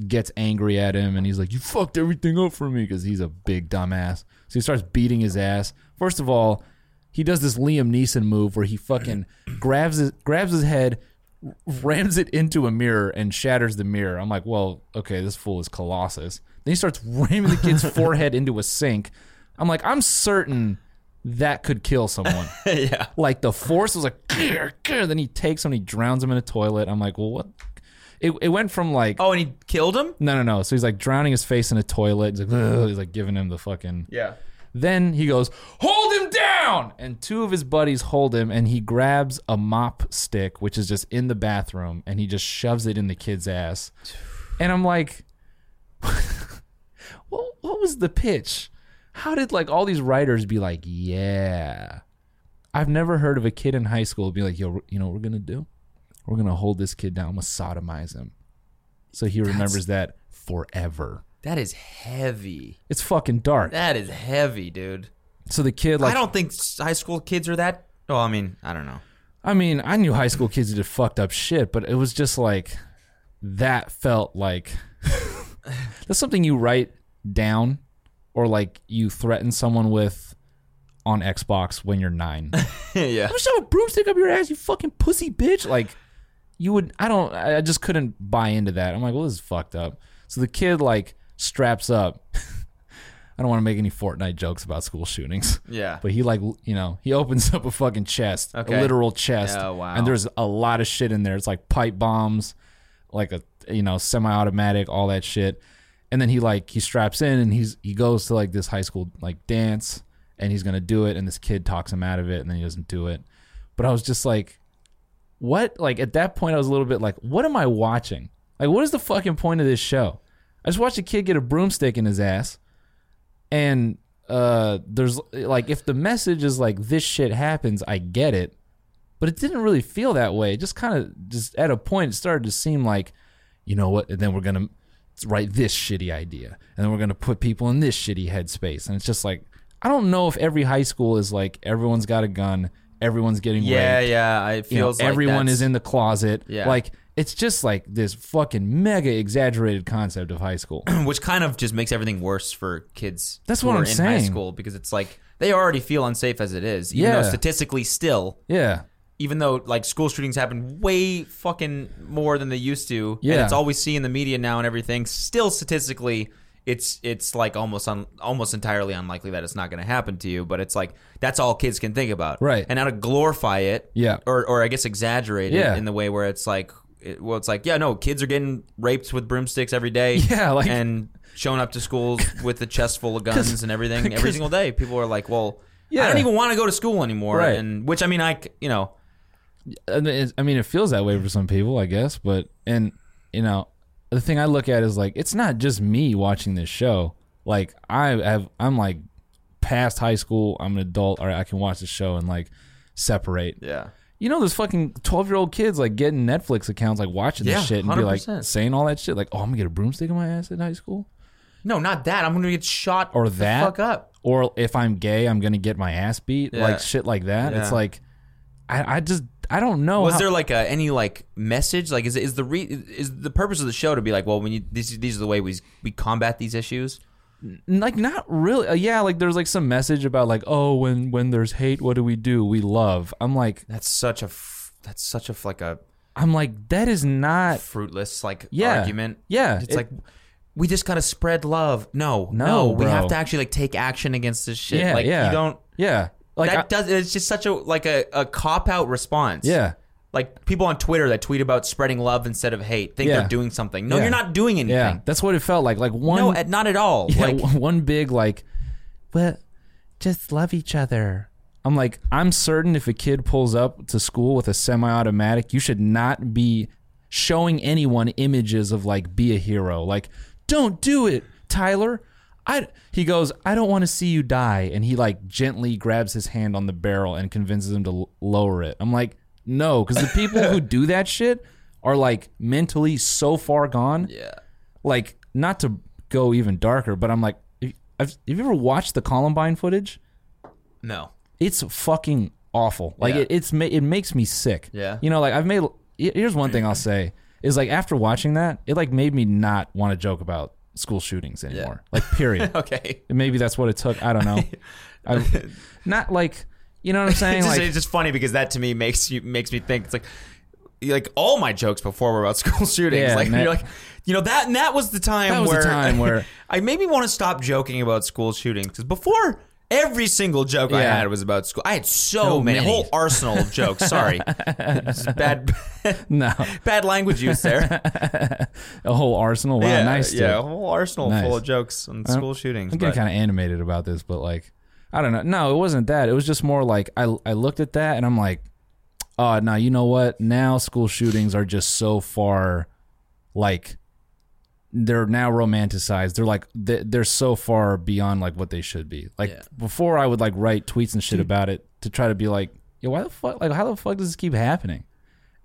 Speaker 2: gets angry at him, and he's like, "You fucked everything up for me," because he's a big dumbass. So he starts beating his ass. First of all, he does this Liam Neeson move where he fucking grabs his, grabs his head, rams it into a mirror and shatters the mirror. I'm like, well, okay, this fool is Colossus. Then he starts ramming the kid's forehead into a sink. I'm like, I'm certain that could kill someone. yeah. Like the force was like, "Grr, grr," then he takes him and he drowns him in a toilet. I'm like, well, what? It, it went from like,
Speaker 1: Oh, and he killed him.
Speaker 2: no, no, no. So he's like drowning his face in a toilet. He's like, "Ugh," he's like giving him the fucking.
Speaker 1: Yeah.
Speaker 2: Then he goes, Hold him down! And two of his buddies hold him, and he grabs a mop stick, which is just in the bathroom, and he just shoves it in the kid's ass. And I'm like, what, what was the pitch? How did like all these writers be like, Yeah. I've never heard of a kid in high school be like, Yo, you know what we're going to do? We're going to hold this kid down. I'm going to sodomize him. So he remembers that forever.
Speaker 1: That is heavy.
Speaker 2: It's fucking dark.
Speaker 1: That is heavy, dude.
Speaker 2: So the kid, like,
Speaker 1: I don't think s- high school kids are that Well, I mean, I don't know.
Speaker 2: I mean, I knew high school kids who did fucked up shit, but it was just like that felt like that's something you write down or like you threaten someone with on Xbox when you're nine. I'm
Speaker 1: yeah.
Speaker 2: gonna shove a broomstick up your ass, you fucking pussy bitch. Like you would I don't I I just couldn't buy into that. I'm like, well this is fucked up. So the kid like straps up. I don't want to make any Fortnite jokes about school shootings.
Speaker 1: Yeah.
Speaker 2: But he like l- you know, he opens up a fucking chest.
Speaker 1: Okay.
Speaker 2: A literal chest.
Speaker 1: Oh, wow.
Speaker 2: And there's a lot of shit in there. It's like pipe bombs, like a you know, semi automatic, all that shit. And then he like he straps in and he's he goes to like this high school like dance and he's gonna do it and this kid talks him out of it and then he doesn't do it. But I was just like what like at that point I was a little bit like, what am I watching? Like what is the fucking point of this show? I just watched a kid get a broomstick in his ass and uh there's like if the message is like this shit happens, I get it. But it didn't really feel that way. It just kind of just at a point it started to seem like, you know what, and then we're gonna write this shitty idea. And then we're gonna put people in this shitty headspace. And it's just like I don't know if every high school is like everyone's got a gun, everyone's getting
Speaker 1: Yeah,
Speaker 2: raped
Speaker 1: yeah. It
Speaker 2: you know,
Speaker 1: feels like
Speaker 2: everyone
Speaker 1: that's-
Speaker 2: is in the closet.
Speaker 1: Yeah.
Speaker 2: Like it's just like this fucking mega exaggerated concept of high school.
Speaker 1: which kind of just makes everything worse for kids.
Speaker 2: That's
Speaker 1: who
Speaker 2: what
Speaker 1: are
Speaker 2: I'm
Speaker 1: in High
Speaker 2: saying.
Speaker 1: school because it's like they already feel unsafe as it is. Even though
Speaker 2: Yeah.
Speaker 1: statistically, still,
Speaker 2: yeah.
Speaker 1: even though like school shootings happen way fucking more than they used to, and
Speaker 2: Yeah.
Speaker 1: it's all we see in the media now and everything. Still, statistically, it's it's like almost un, almost entirely unlikely that it's not going to happen to you. But it's like that's all kids can think about,
Speaker 2: Right.
Speaker 1: And how to glorify it,
Speaker 2: Yeah.
Speaker 1: or or I guess exaggerate
Speaker 2: Yeah.
Speaker 1: it in the way where it's like. It, well, it's like, yeah, no, kids are getting raped with broomsticks every day,
Speaker 2: Yeah, like-
Speaker 1: and showing up to schools with a chest full of guns and everything every
Speaker 2: 'cause-
Speaker 1: single day. People are like, well, I
Speaker 2: Yeah.
Speaker 1: don't even want to go to school anymore,
Speaker 2: Right.
Speaker 1: and which I mean, I, c- you know,
Speaker 2: And it's- I mean, it feels that way for some people, I guess. But and you know, the thing I look at is like it's not just me watching this show. Like I have, I'm like past high school. I'm an adult. All right, I can watch the show and like separate.
Speaker 1: yeah.
Speaker 2: You know, there's fucking twelve year old kids like getting Netflix accounts, like watching
Speaker 1: Yeah,
Speaker 2: this shit and be like
Speaker 1: 100%.
Speaker 2: saying all that shit, like, "Oh, I'm gonna get a broomstick in my ass in high school."
Speaker 1: No, not that. I'm gonna get shot
Speaker 2: or
Speaker 1: the
Speaker 2: that
Speaker 1: fuck up.
Speaker 2: or if i'm gay i'm gonna get my ass beat
Speaker 1: Yeah.
Speaker 2: like shit like that
Speaker 1: Yeah.
Speaker 2: it's like I, I just i don't know
Speaker 1: Was
Speaker 2: how-
Speaker 1: there like a, any like message? Like, is is the re, is the purpose of the show to be like, well, when you these these are the way we we combat these issues?
Speaker 2: like not really uh, yeah like there's like some message about like oh when when there's hate what do we do we love i'm like
Speaker 1: That's such a f- that's such a f- like a
Speaker 2: i'm like that is not
Speaker 1: fruitless like
Speaker 2: Yeah.
Speaker 1: argument.
Speaker 2: Yeah.
Speaker 1: it's
Speaker 2: It-
Speaker 1: like we just gotta spread love. No, no,
Speaker 2: No,
Speaker 1: we have
Speaker 2: bro.
Speaker 1: to actually like take action against this shit.
Speaker 2: yeah
Speaker 1: like
Speaker 2: yeah
Speaker 1: you don't.
Speaker 2: yeah like
Speaker 1: that
Speaker 2: I-
Speaker 1: does. It's just such a like a, a cop out response.
Speaker 2: yeah
Speaker 1: Like people on Twitter that tweet about spreading love instead of hate think
Speaker 2: Yeah.
Speaker 1: they're doing something. No,
Speaker 2: Yeah.
Speaker 1: you're not doing anything.
Speaker 2: yeah that's what it felt like like one
Speaker 1: no, at, not at all.
Speaker 2: yeah,
Speaker 1: like
Speaker 2: one big like
Speaker 3: Well, just love each other.
Speaker 2: I'm like, I'm certain if a kid pulls up to school with a semi automatic, you should not be showing anyone images of like, be a hero. Like, don't do it, Tyler. I, he goes, I don't want to see you die. And he like gently grabs his hand on the barrel and convinces him to l- lower it. I'm like, no, because the people who do that shit are like mentally so far gone
Speaker 1: yeah.
Speaker 2: like not to go even darker, but I'm like, if- I've, have you ever watched the Columbine footage?
Speaker 1: No.
Speaker 2: It's fucking awful. Like
Speaker 1: Yeah.
Speaker 2: it, it's ma- it makes me sick.
Speaker 1: Yeah.
Speaker 2: you know, like I've made. Here's one thing I'll say is like after watching that, it like made me not want to joke about school shootings anymore. Like period.
Speaker 1: Okay.
Speaker 2: And Maybe that's what it took. I don't know. I, not like you know what I'm saying.
Speaker 1: It's just,
Speaker 2: like
Speaker 1: it's just funny because that to me makes you makes me think it's like like all my jokes before were about school shootings.
Speaker 2: Yeah,
Speaker 1: like
Speaker 2: and that-
Speaker 1: you're like you know that and that was the time
Speaker 2: That was the
Speaker 1: where
Speaker 2: time where-
Speaker 1: I made me want to stop joking about school shootings because before every single joke I
Speaker 2: Yeah.
Speaker 1: had was about school. I had so,
Speaker 2: So
Speaker 1: many,
Speaker 2: many.
Speaker 1: whole arsenal of jokes. Sorry, It's bad
Speaker 2: no,
Speaker 1: bad language use there.
Speaker 2: a whole arsenal. Wow,
Speaker 1: yeah,
Speaker 2: nice. dude.
Speaker 1: yeah, a whole arsenal full
Speaker 2: Nice.
Speaker 1: of jokes on
Speaker 2: I'm-
Speaker 1: school shootings.
Speaker 2: I'm getting
Speaker 1: but-
Speaker 2: kind of animated about this, but like, I don't know. No, it wasn't that. It was just more like I I looked at that and I'm like, oh, now you know what? Now school shootings are just so far, like, they're now romanticized. They're like they- they're so far beyond like what they should be. Like
Speaker 1: Yeah.
Speaker 2: before, I would like write tweets and shit about it to try to be like, yo, why the fuck? Like, how the fuck does this keep happening?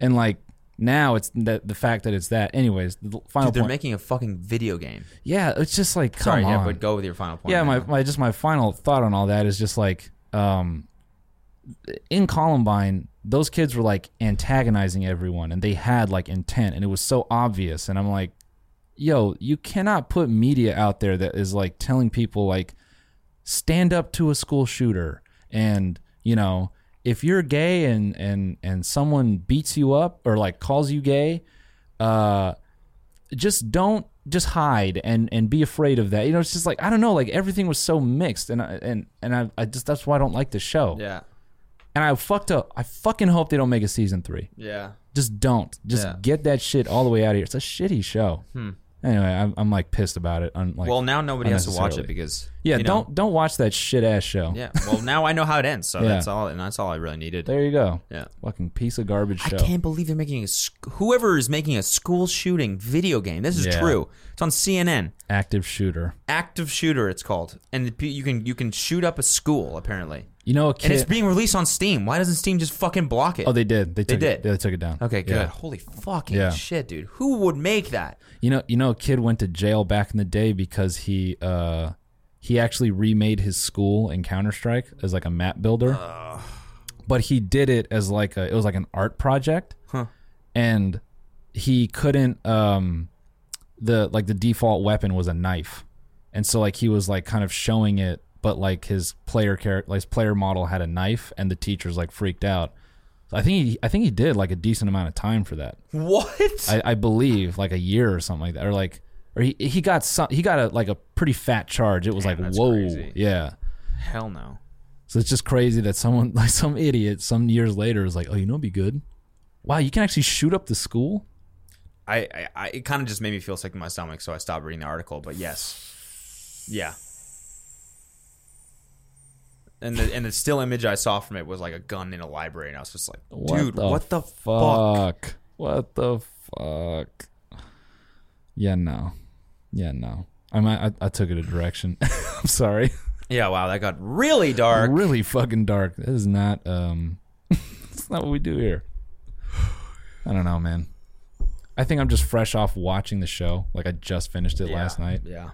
Speaker 2: And like. Now it's the, the fact that it's that. Anyways, the final
Speaker 1: Dude, they're
Speaker 2: point.
Speaker 1: making a fucking video game.
Speaker 2: yeah, it's just like come
Speaker 1: Sorry,
Speaker 2: on.
Speaker 1: yeah, but go with your final point.
Speaker 2: Yeah,
Speaker 1: now.
Speaker 2: my, my just my final thought on all that is just like um in Columbine, those kids were like antagonizing everyone and they had like intent and it was so obvious. And I'm like, yo, you cannot put media out there that is like telling people, like, stand up to a school shooter. And, you know, if you're gay and, and, and someone beats you up or like calls you gay, uh, just don't just hide and and be afraid of that. You know, it's just like I don't know, like everything was so mixed, and I, and and I, I just that's why I don't like the show.
Speaker 1: Yeah.
Speaker 2: And I fucked up. I fucking hope they don't make a season three.
Speaker 1: Yeah.
Speaker 2: Just don't. Just
Speaker 1: Yeah. Hmm.
Speaker 2: get that shit all the way out of here. It's a shitty show. Anyway, I'm, I'm like pissed about it. I'm like,
Speaker 1: Well, now nobody has to watch it
Speaker 2: unnecessarily.
Speaker 1: because
Speaker 2: yeah,
Speaker 1: you know,
Speaker 2: don't don't watch that shit ass show.
Speaker 1: Yeah. Well, now I know how it ends, so
Speaker 2: Yeah.
Speaker 1: that's all, and that's all I really needed.
Speaker 2: There you go.
Speaker 1: Yeah.
Speaker 2: Fucking piece of garbage
Speaker 1: I
Speaker 2: show.
Speaker 1: can't believe they're making a sc- whoever is making a school shooting video game. This is
Speaker 2: Yeah.
Speaker 1: true. It's on CNN.
Speaker 2: Active shooter.
Speaker 1: Active shooter, it's called, and the pe- you can you can shoot up a school apparently,
Speaker 2: You know a
Speaker 1: and
Speaker 2: kid.
Speaker 1: it's being released on Steam. Why doesn't Steam just fucking block it?
Speaker 2: oh, they did. They,
Speaker 1: They
Speaker 2: took
Speaker 1: did.
Speaker 2: It, they took it down.
Speaker 1: Okay, good.
Speaker 2: Yeah.
Speaker 1: Holy fucking
Speaker 2: Yeah.
Speaker 1: shit, dude. Who would make that?
Speaker 2: You know, you know, a kid went to jail back in the day because he uh, he actually remade his school in Counter Strike as like a map builder, but he did it as like a, it was like an art project, and he couldn't um, the like the default weapon was a knife, and so like he was like kind of showing it, but like his player character, like his player model had a knife, and the teachers like freaked out. So I think he, I think he did like a decent amount of time for that.
Speaker 1: What?
Speaker 2: I, I believe like a year or something like that, or like, or he he got some he got a like a pretty fat charge. It was like
Speaker 1: that's
Speaker 2: whoa,
Speaker 1: crazy.
Speaker 2: yeah.
Speaker 1: Hell no.
Speaker 2: So it's just crazy that someone like some idiot some years later is like, oh, you know, what'd be good. Wow, you can actually shoot up the school.
Speaker 1: I, I, I it kind of just made me feel sick in my stomach, so I stopped reading the article. But yes, yeah. And the and the still image I saw from it was like a gun in a library, and I was just like, dude, what the fuck?
Speaker 2: fuck? What the fuck? Yeah, no, yeah, no. I mean, I, I took it a direction. I'm sorry,
Speaker 1: Yeah, wow, that got really dark.
Speaker 2: really fucking dark. That is not um, it's not what we do here. I don't know, man. I think I'm just fresh off watching the show. Like I just finished it last night.
Speaker 1: Yeah,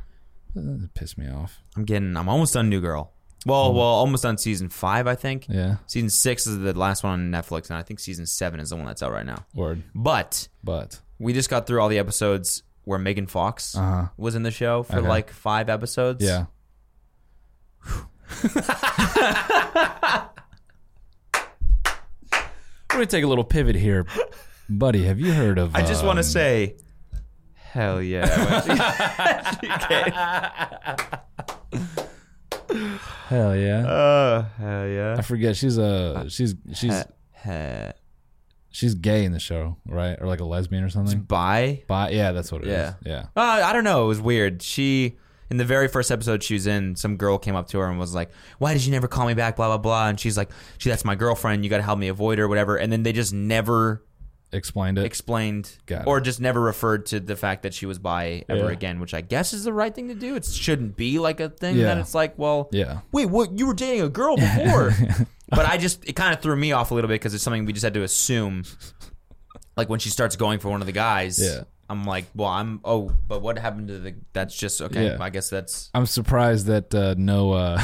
Speaker 2: It pissed me off.
Speaker 1: I'm getting, I'm almost done New Girl. Well, well, almost done season five, I think.
Speaker 2: Yeah,
Speaker 1: Season six is the last one on Netflix, and I think season seven is the one that's out right now.
Speaker 2: word.
Speaker 1: But
Speaker 2: But
Speaker 1: we just got through all the episodes where Megan Fox
Speaker 2: Uh-huh.
Speaker 1: was in the show for
Speaker 2: Okay.
Speaker 1: like five episodes.
Speaker 2: yeah, we're gonna take a little pivot here, buddy. Have you heard of?
Speaker 1: I just want to
Speaker 2: um,
Speaker 1: say, hell yeah.
Speaker 2: hell yeah.
Speaker 1: uh, hell yeah.
Speaker 2: I forget. She's a she's she's
Speaker 1: Heh.
Speaker 2: she's gay in the show, right? Or like a lesbian or something.
Speaker 1: Bye.
Speaker 2: Bi. Yeah, that's what it is.
Speaker 1: Yeah.
Speaker 2: Yeah.
Speaker 1: Uh, I don't know. It was weird. She, in the very first episode she was in, some girl came up to her and was like, why did you never call me back? Blah, blah, blah. And she's like, she, that's my girlfriend. You got to help me avoid her, whatever. And then they just never
Speaker 2: Explained it.
Speaker 1: explained
Speaker 2: Got it.
Speaker 1: or just never referred to the fact that she was bi ever
Speaker 2: Yeah.
Speaker 1: again, which I guess is the right thing to do. It shouldn't be like a thing
Speaker 2: Yeah.
Speaker 1: that it's like, well,
Speaker 2: Yeah.
Speaker 1: wait, what? You were dating a girl before. but I just, it kind of threw me off a little bit because it's something we just had to assume. Like when she starts going for one of the guys,
Speaker 2: Yeah.
Speaker 1: I'm like, well, I'm, oh, but what happened to the, that's just, okay,
Speaker 2: Yeah.
Speaker 1: I guess that's,
Speaker 2: I'm surprised that uh, no uh,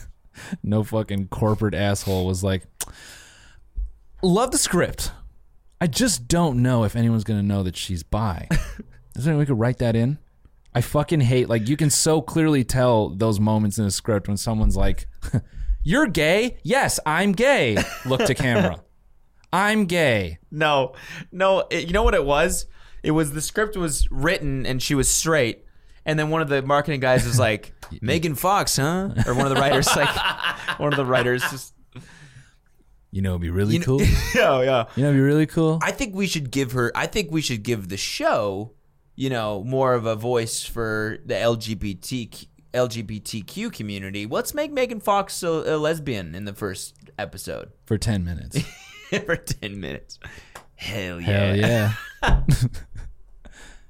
Speaker 2: no fucking corporate asshole was like love the script. I just don't know if anyone's gonna know that she's bi. Is there any way we could write that in? I fucking hate like you can so clearly tell those moments in a script when someone's like, "You're gay." Yes, I'm gay. Look to camera. I'm gay.
Speaker 1: No, no. It, you know what it was? It was the script was written and she was straight, and then one of the marketing guys was like, "Megan Fox, huh?" Or one of the writers, like one of the writers, just
Speaker 2: You know, it'd be really cool.
Speaker 1: yeah, yeah.
Speaker 2: You know, it'd be really cool.
Speaker 1: I think we should give her. I think we should give the show, you know, more of a voice for the LGBT LGBTQ community. Let's make Megan Fox a, a lesbian in the first episode
Speaker 2: For ten minutes.
Speaker 1: for ten minutes. Hell yeah!
Speaker 2: Hell yeah.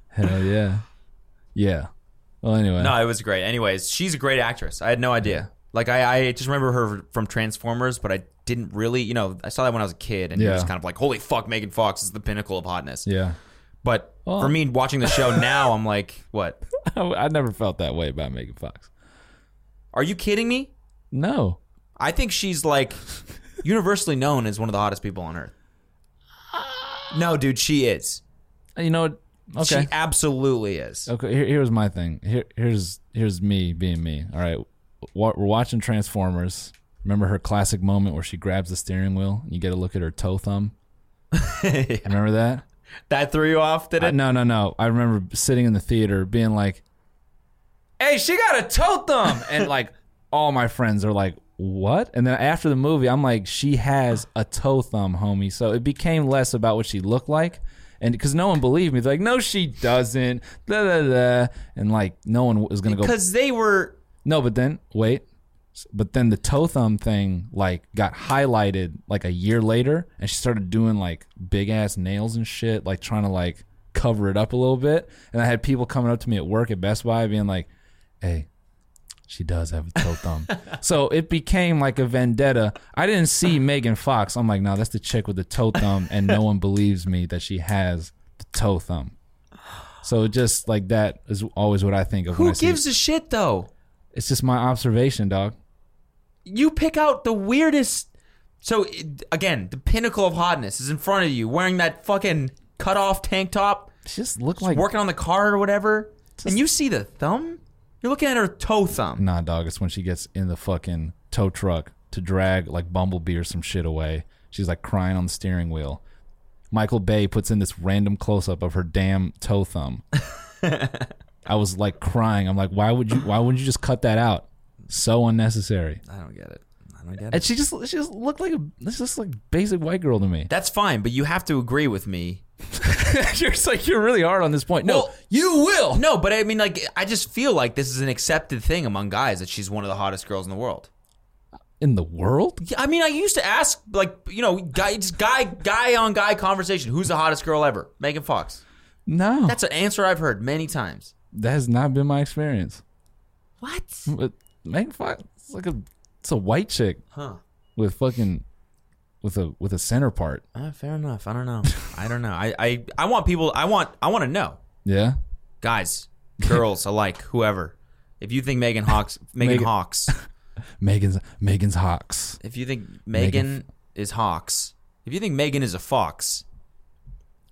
Speaker 2: Hell yeah. Yeah. Well, anyway.
Speaker 1: No, it was great. Anyways, she's a great actress. I had no idea. Like I, I just remember her from Transformers, but I didn't really, you know, I saw that when I was a kid, and it
Speaker 2: Yeah.
Speaker 1: was kind of like, holy fuck, Megan Fox is the pinnacle of hotness.
Speaker 2: Yeah.
Speaker 1: But
Speaker 2: Well-
Speaker 1: for me, watching the show now, I'm like, what?
Speaker 2: I, I never felt that way about Megan Fox.
Speaker 1: Are you kidding me?
Speaker 2: No.
Speaker 1: I think she's like universally known as one of the hottest people on earth. No, dude, she is.
Speaker 2: You know what? Okay.
Speaker 1: She absolutely is.
Speaker 2: Okay, here, here's my thing. Here, here's here's me being me. All right, Wa- we're watching Transformers. Remember her classic moment where she grabs the steering wheel and you get a look at her toe thumb. Remember that?
Speaker 1: That threw you off, did
Speaker 2: I-
Speaker 1: it?
Speaker 2: no, no, no. I remember sitting in the theater being like, "Hey, she got a toe thumb," and like all my friends are like, "What?" And then after the movie, I'm like, "She has a toe thumb, homie." So it became less about what she looked like, and because no one believed me, they're like, "No, she doesn't." Da da da, and like no one was gonna go.
Speaker 1: Because they were.
Speaker 2: No, but then wait. S- But then the toe thumb thing like got highlighted like a year later, and she started doing like big ass nails and shit, like trying to like cover it up a little bit. And I had people coming up to me at work at Best Buy being like, "Hey, she does have a toe thumb." so it became like a vendetta. I didn't see Megan Fox. I'm like, "No, that's the chick with the toe thumb," and no one believes me that she has the toe thumb. So it just like that is always what I think of. when
Speaker 1: Who
Speaker 2: I see
Speaker 1: gives a shit though?
Speaker 2: it's just my observation, dog.
Speaker 1: You pick out the weirdest. So it- again, the pinnacle of hotness is in front of you, wearing that fucking cut off tank top,
Speaker 2: She just looked like
Speaker 1: working on the car or whatever, and you see the thumb. You're looking at her toe thumb.
Speaker 2: nah, dog. It's when she gets in the fucking tow truck to drag like Bumblebee or some shit away. She's like crying on the steering wheel. Michael Bay puts in this random close up of her damn toe thumb. I was like crying. I'm like, why would you? Why wouldn't you just cut that out? So unnecessary.
Speaker 1: I don't get it. I don't get it.
Speaker 2: And she just she just looked like a this just like basic white girl to me.
Speaker 1: That's fine, but you have to agree with me.
Speaker 2: you're just like you're really hard on this point. No,
Speaker 1: Well-
Speaker 2: you will.
Speaker 1: No, but I mean, like, I just feel like this is an accepted thing among guys that she's one of the hottest girls in the world.
Speaker 2: In the world,
Speaker 1: Yeah, I mean, I used to ask, like, you know, guy, it's guy, guy on guy conversation. Who's the hottest girl ever? Megan Fox.
Speaker 2: no,
Speaker 1: That's an answer I've heard many times.
Speaker 2: that has not been my experience.
Speaker 1: What?
Speaker 2: But Megan Fox it's like a it's a white chick
Speaker 1: Huh?
Speaker 2: with fucking with a with a center part.
Speaker 1: Uh, fair enough. I don't know. I don't know. I, I, I want people. I want. I want to know,
Speaker 2: Yeah.
Speaker 1: guys, girls alike, whoever. If you think Megan Hawks, Megan,
Speaker 2: Megan-
Speaker 1: Hawks.
Speaker 2: Megan's Megan's Hawks.
Speaker 1: If you think Megan,
Speaker 2: Megan-
Speaker 1: is Hawks. If you think Megan is a fox.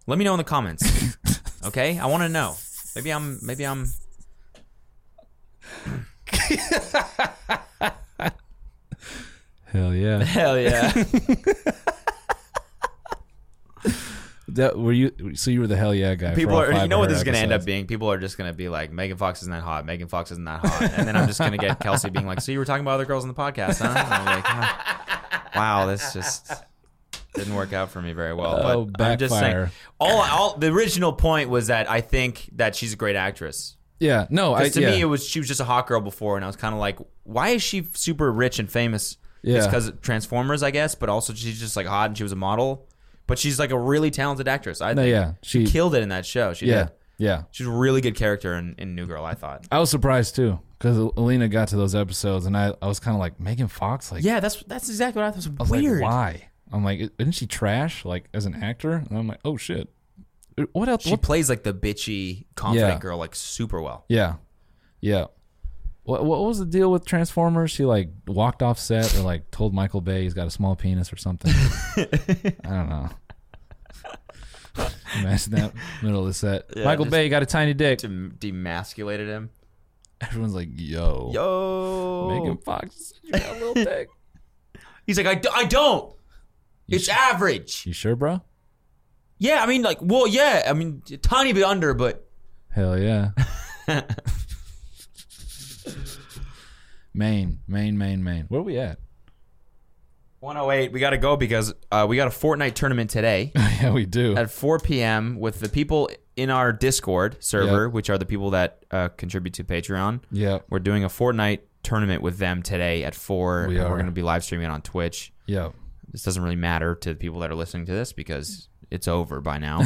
Speaker 1: Let me know in the comments. okay, I want to know. Maybe I'm. Maybe I'm.
Speaker 2: Hell yeah.
Speaker 1: Hell yeah.
Speaker 2: that were you so you were the hell yeah guy. for
Speaker 1: people
Speaker 2: all
Speaker 1: are
Speaker 2: five
Speaker 1: you know
Speaker 2: of
Speaker 1: what
Speaker 2: her
Speaker 1: this is going to end up
Speaker 2: episodes.
Speaker 1: being people are just going to be like megan fox isn't that hot megan fox isn't that hot and then i'm just going to get kelsey being like so you were talking about other girls on the podcast huh? And I'm like, "Ah, wow this just didn't work out for me very well
Speaker 2: Oh,
Speaker 1: but i'm just saying
Speaker 2: backfire.
Speaker 1: all, all the original point was that i think that she's a great actress
Speaker 2: Yeah. No, I
Speaker 1: because to
Speaker 2: Uh, yeah.
Speaker 1: me it was she was just a hot girl before and i was kind of like why is she super rich and famous it's
Speaker 2: Yeah.
Speaker 1: because of transformers i guess but also she's just like hot and she was a model but she's like a really talented actress i
Speaker 2: no,
Speaker 1: think
Speaker 2: yeah. She,
Speaker 1: killed it in that show she
Speaker 2: yeah.
Speaker 1: did
Speaker 2: Yeah.
Speaker 1: She's a really good character in, in New Girl, I thought.
Speaker 2: I was surprised too cuz Alina got to those episodes and I, I was kind of like Megan Fox like
Speaker 1: Yeah, that's that's exactly what I thought. It
Speaker 2: I
Speaker 1: was
Speaker 2: was
Speaker 1: weird.
Speaker 2: like why? I'm like isn't she trash like as an actor? And I'm like oh shit. What else
Speaker 1: she
Speaker 2: what
Speaker 1: plays like the bitchy, confident
Speaker 2: Yeah.
Speaker 1: girl like super well.
Speaker 2: Yeah, yeah. What what was the deal with Transformers? She like walked off set or like told Michael Bay he's got a small penis or something. I don't know. Imagine that middle of the set. Michael
Speaker 1: just-
Speaker 2: Bay got a tiny dick.
Speaker 1: Dem- demasculated him.
Speaker 2: Everyone's like, "Yo,
Speaker 1: Yo,
Speaker 2: Megan Fox, you got a little dick."
Speaker 1: he's like, I, d- I don't. it's average.
Speaker 2: You sure, bro?
Speaker 1: yeah, I mean, like, well, yeah, I mean, a tiny bit under, but
Speaker 2: Hell yeah. Maine, Maine, Maine, Maine. Where we at?
Speaker 1: 108. We got to go because uh, we got a Fortnite tournament today.
Speaker 2: yeah, we do.
Speaker 1: at 4 p.m. with the people in our Discord server,
Speaker 2: Yep.
Speaker 1: which are the people that uh, contribute to Patreon.
Speaker 2: Yep.
Speaker 1: We're doing a Fortnite tournament with them today at 4.
Speaker 2: We
Speaker 1: and We're
Speaker 2: are.
Speaker 1: going to be live streaming it on Twitch.
Speaker 2: Yep.
Speaker 1: This doesn't really matter to the people that are listening to this because it's over by now.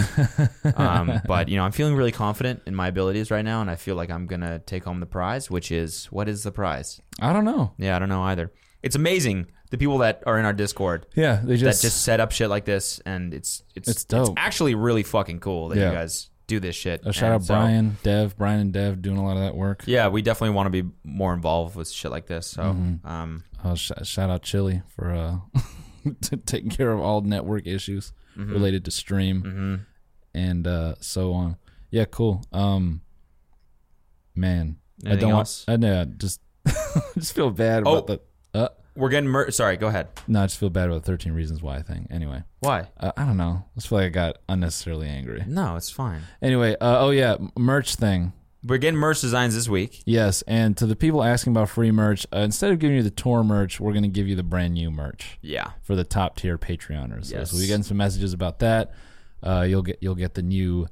Speaker 1: um, but, you know, I'm feeling really confident in my abilities right now, and I feel like I'm going to take home the prize, which is what is the prize?
Speaker 2: I don't know.
Speaker 1: Yeah, I don't know either. It's amazing the people that are in our Discord
Speaker 2: Yeah, they just
Speaker 1: that just set up shit like this, and it's it's
Speaker 2: It's dope.
Speaker 1: actually really fucking cool that you
Speaker 2: Yeah.
Speaker 1: guys do this shit.
Speaker 2: A Uh, shout
Speaker 1: And
Speaker 2: out
Speaker 1: so-
Speaker 2: Brian, Dev, Brian and Dev doing a lot of that work.
Speaker 1: Yeah, we definitely want to
Speaker 2: Mm-hmm.
Speaker 1: be more involved with shit like this. So, um,
Speaker 2: Uh, sh- shout out Chili for uh, to taking care of all network issues
Speaker 1: Mm-hmm.
Speaker 2: related to stream and uh, so on. Yeah, cool. Um, man, I
Speaker 1: Anything
Speaker 2: don't.
Speaker 1: else?
Speaker 2: Want, I know. I Just just feel bad about
Speaker 1: Oh.
Speaker 2: the. Uh,
Speaker 1: We're getting mur- sorry. Go ahead.
Speaker 2: no, I just feel bad about the thirteen reasons why thing. Anyway,
Speaker 1: Why?
Speaker 2: uh, I don't know. I just feel like I got unnecessarily angry.
Speaker 1: No, it's fine.
Speaker 2: Anyway, uh, oh yeah, merch thing.
Speaker 1: We're getting merch designs this week.
Speaker 2: Yes, and to the people asking about free merch, uh, instead of giving you the tour merch, we're going to give you the brand new merch
Speaker 1: Yeah.
Speaker 2: for the top tier Patreoners.
Speaker 1: Yes.
Speaker 2: So we getting some messages about that. Uh, you'll get you'll get the new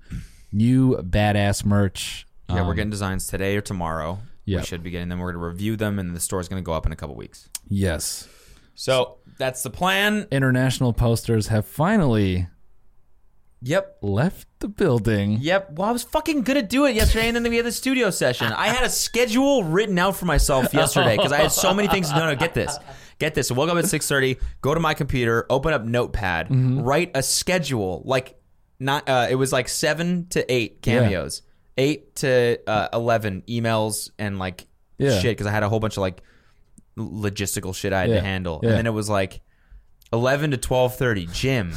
Speaker 2: new badass merch.
Speaker 1: Yeah, we're
Speaker 2: Um,
Speaker 1: getting designs today or tomorrow.
Speaker 2: Yeah.
Speaker 1: We should be getting them. We're going to review them, and the store's going to go up in a couple weeks.
Speaker 2: yes.
Speaker 1: So that's the plan.
Speaker 2: International posters have finally
Speaker 1: Yep.
Speaker 2: left the building.
Speaker 1: Yep. Well, I was fucking going to do it yesterday, and then we had the studio session. I had a schedule written out for
Speaker 2: Oh.
Speaker 1: myself yesterday because I had so many things. No, no, get this. Get this. I woke up at 6.30, go to my computer, open up Notepad,
Speaker 2: Mm-hmm.
Speaker 1: write a schedule. Like, not. Uh, it was like 7 to 8 cameos, 8 to uh, 11 emails and, like,
Speaker 2: Yeah.
Speaker 1: shit because I had a whole bunch of, like, logistical shit I had
Speaker 2: Yeah.
Speaker 1: to handle.
Speaker 2: Yeah.
Speaker 1: And then it was like 11 to 12.30, gym.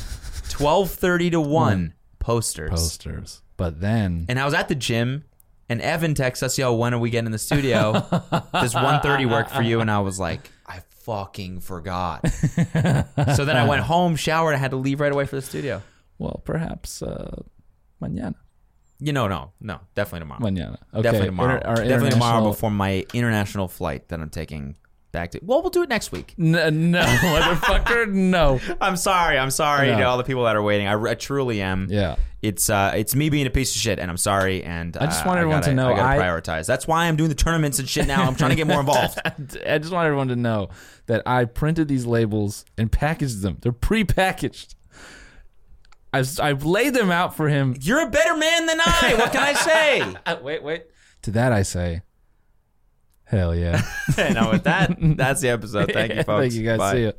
Speaker 1: 12.30 to 1,
Speaker 2: Mm.
Speaker 1: posters.
Speaker 2: Posters, but then
Speaker 1: And I was at the gym, and Evan texts us, yo, when are we getting in the studio? Does 1.30 work for you? And I was like, I fucking forgot. so then I went home, showered, I had to leave right away for the studio.
Speaker 2: well, perhaps uh, mañana,
Speaker 1: You know, no, no, definitely tomorrow.
Speaker 2: mañana. Okay.
Speaker 1: Definitely tomorrow.
Speaker 2: Inter- our
Speaker 1: definitely tomorrow
Speaker 2: international-
Speaker 1: before my international flight that I'm taking back to. Well, we'll do it next week.
Speaker 2: N- no, motherfucker, no.
Speaker 1: I'm sorry. I'm sorry
Speaker 2: No.
Speaker 1: to all the people that are waiting. I, I truly am.
Speaker 2: Yeah.
Speaker 1: It's uh, it's me being a piece of shit, and I'm sorry. And
Speaker 2: I just
Speaker 1: uh,
Speaker 2: want everyone to
Speaker 1: gotta-
Speaker 2: know
Speaker 1: I gotta
Speaker 2: I-
Speaker 1: prioritize. That's why I'm doing the tournaments and shit now. I'm trying to get more involved.
Speaker 2: I just want everyone to know that I printed these labels and packaged them. They're pre-packaged. I've, I've laid them out for him.
Speaker 1: You're a better man than I. What can I say?
Speaker 2: wait, wait. To that I say, hell yeah.
Speaker 1: and now with that, that's the episode. Thank you, folks.
Speaker 2: Thank you guys.
Speaker 1: Bye.
Speaker 2: See you.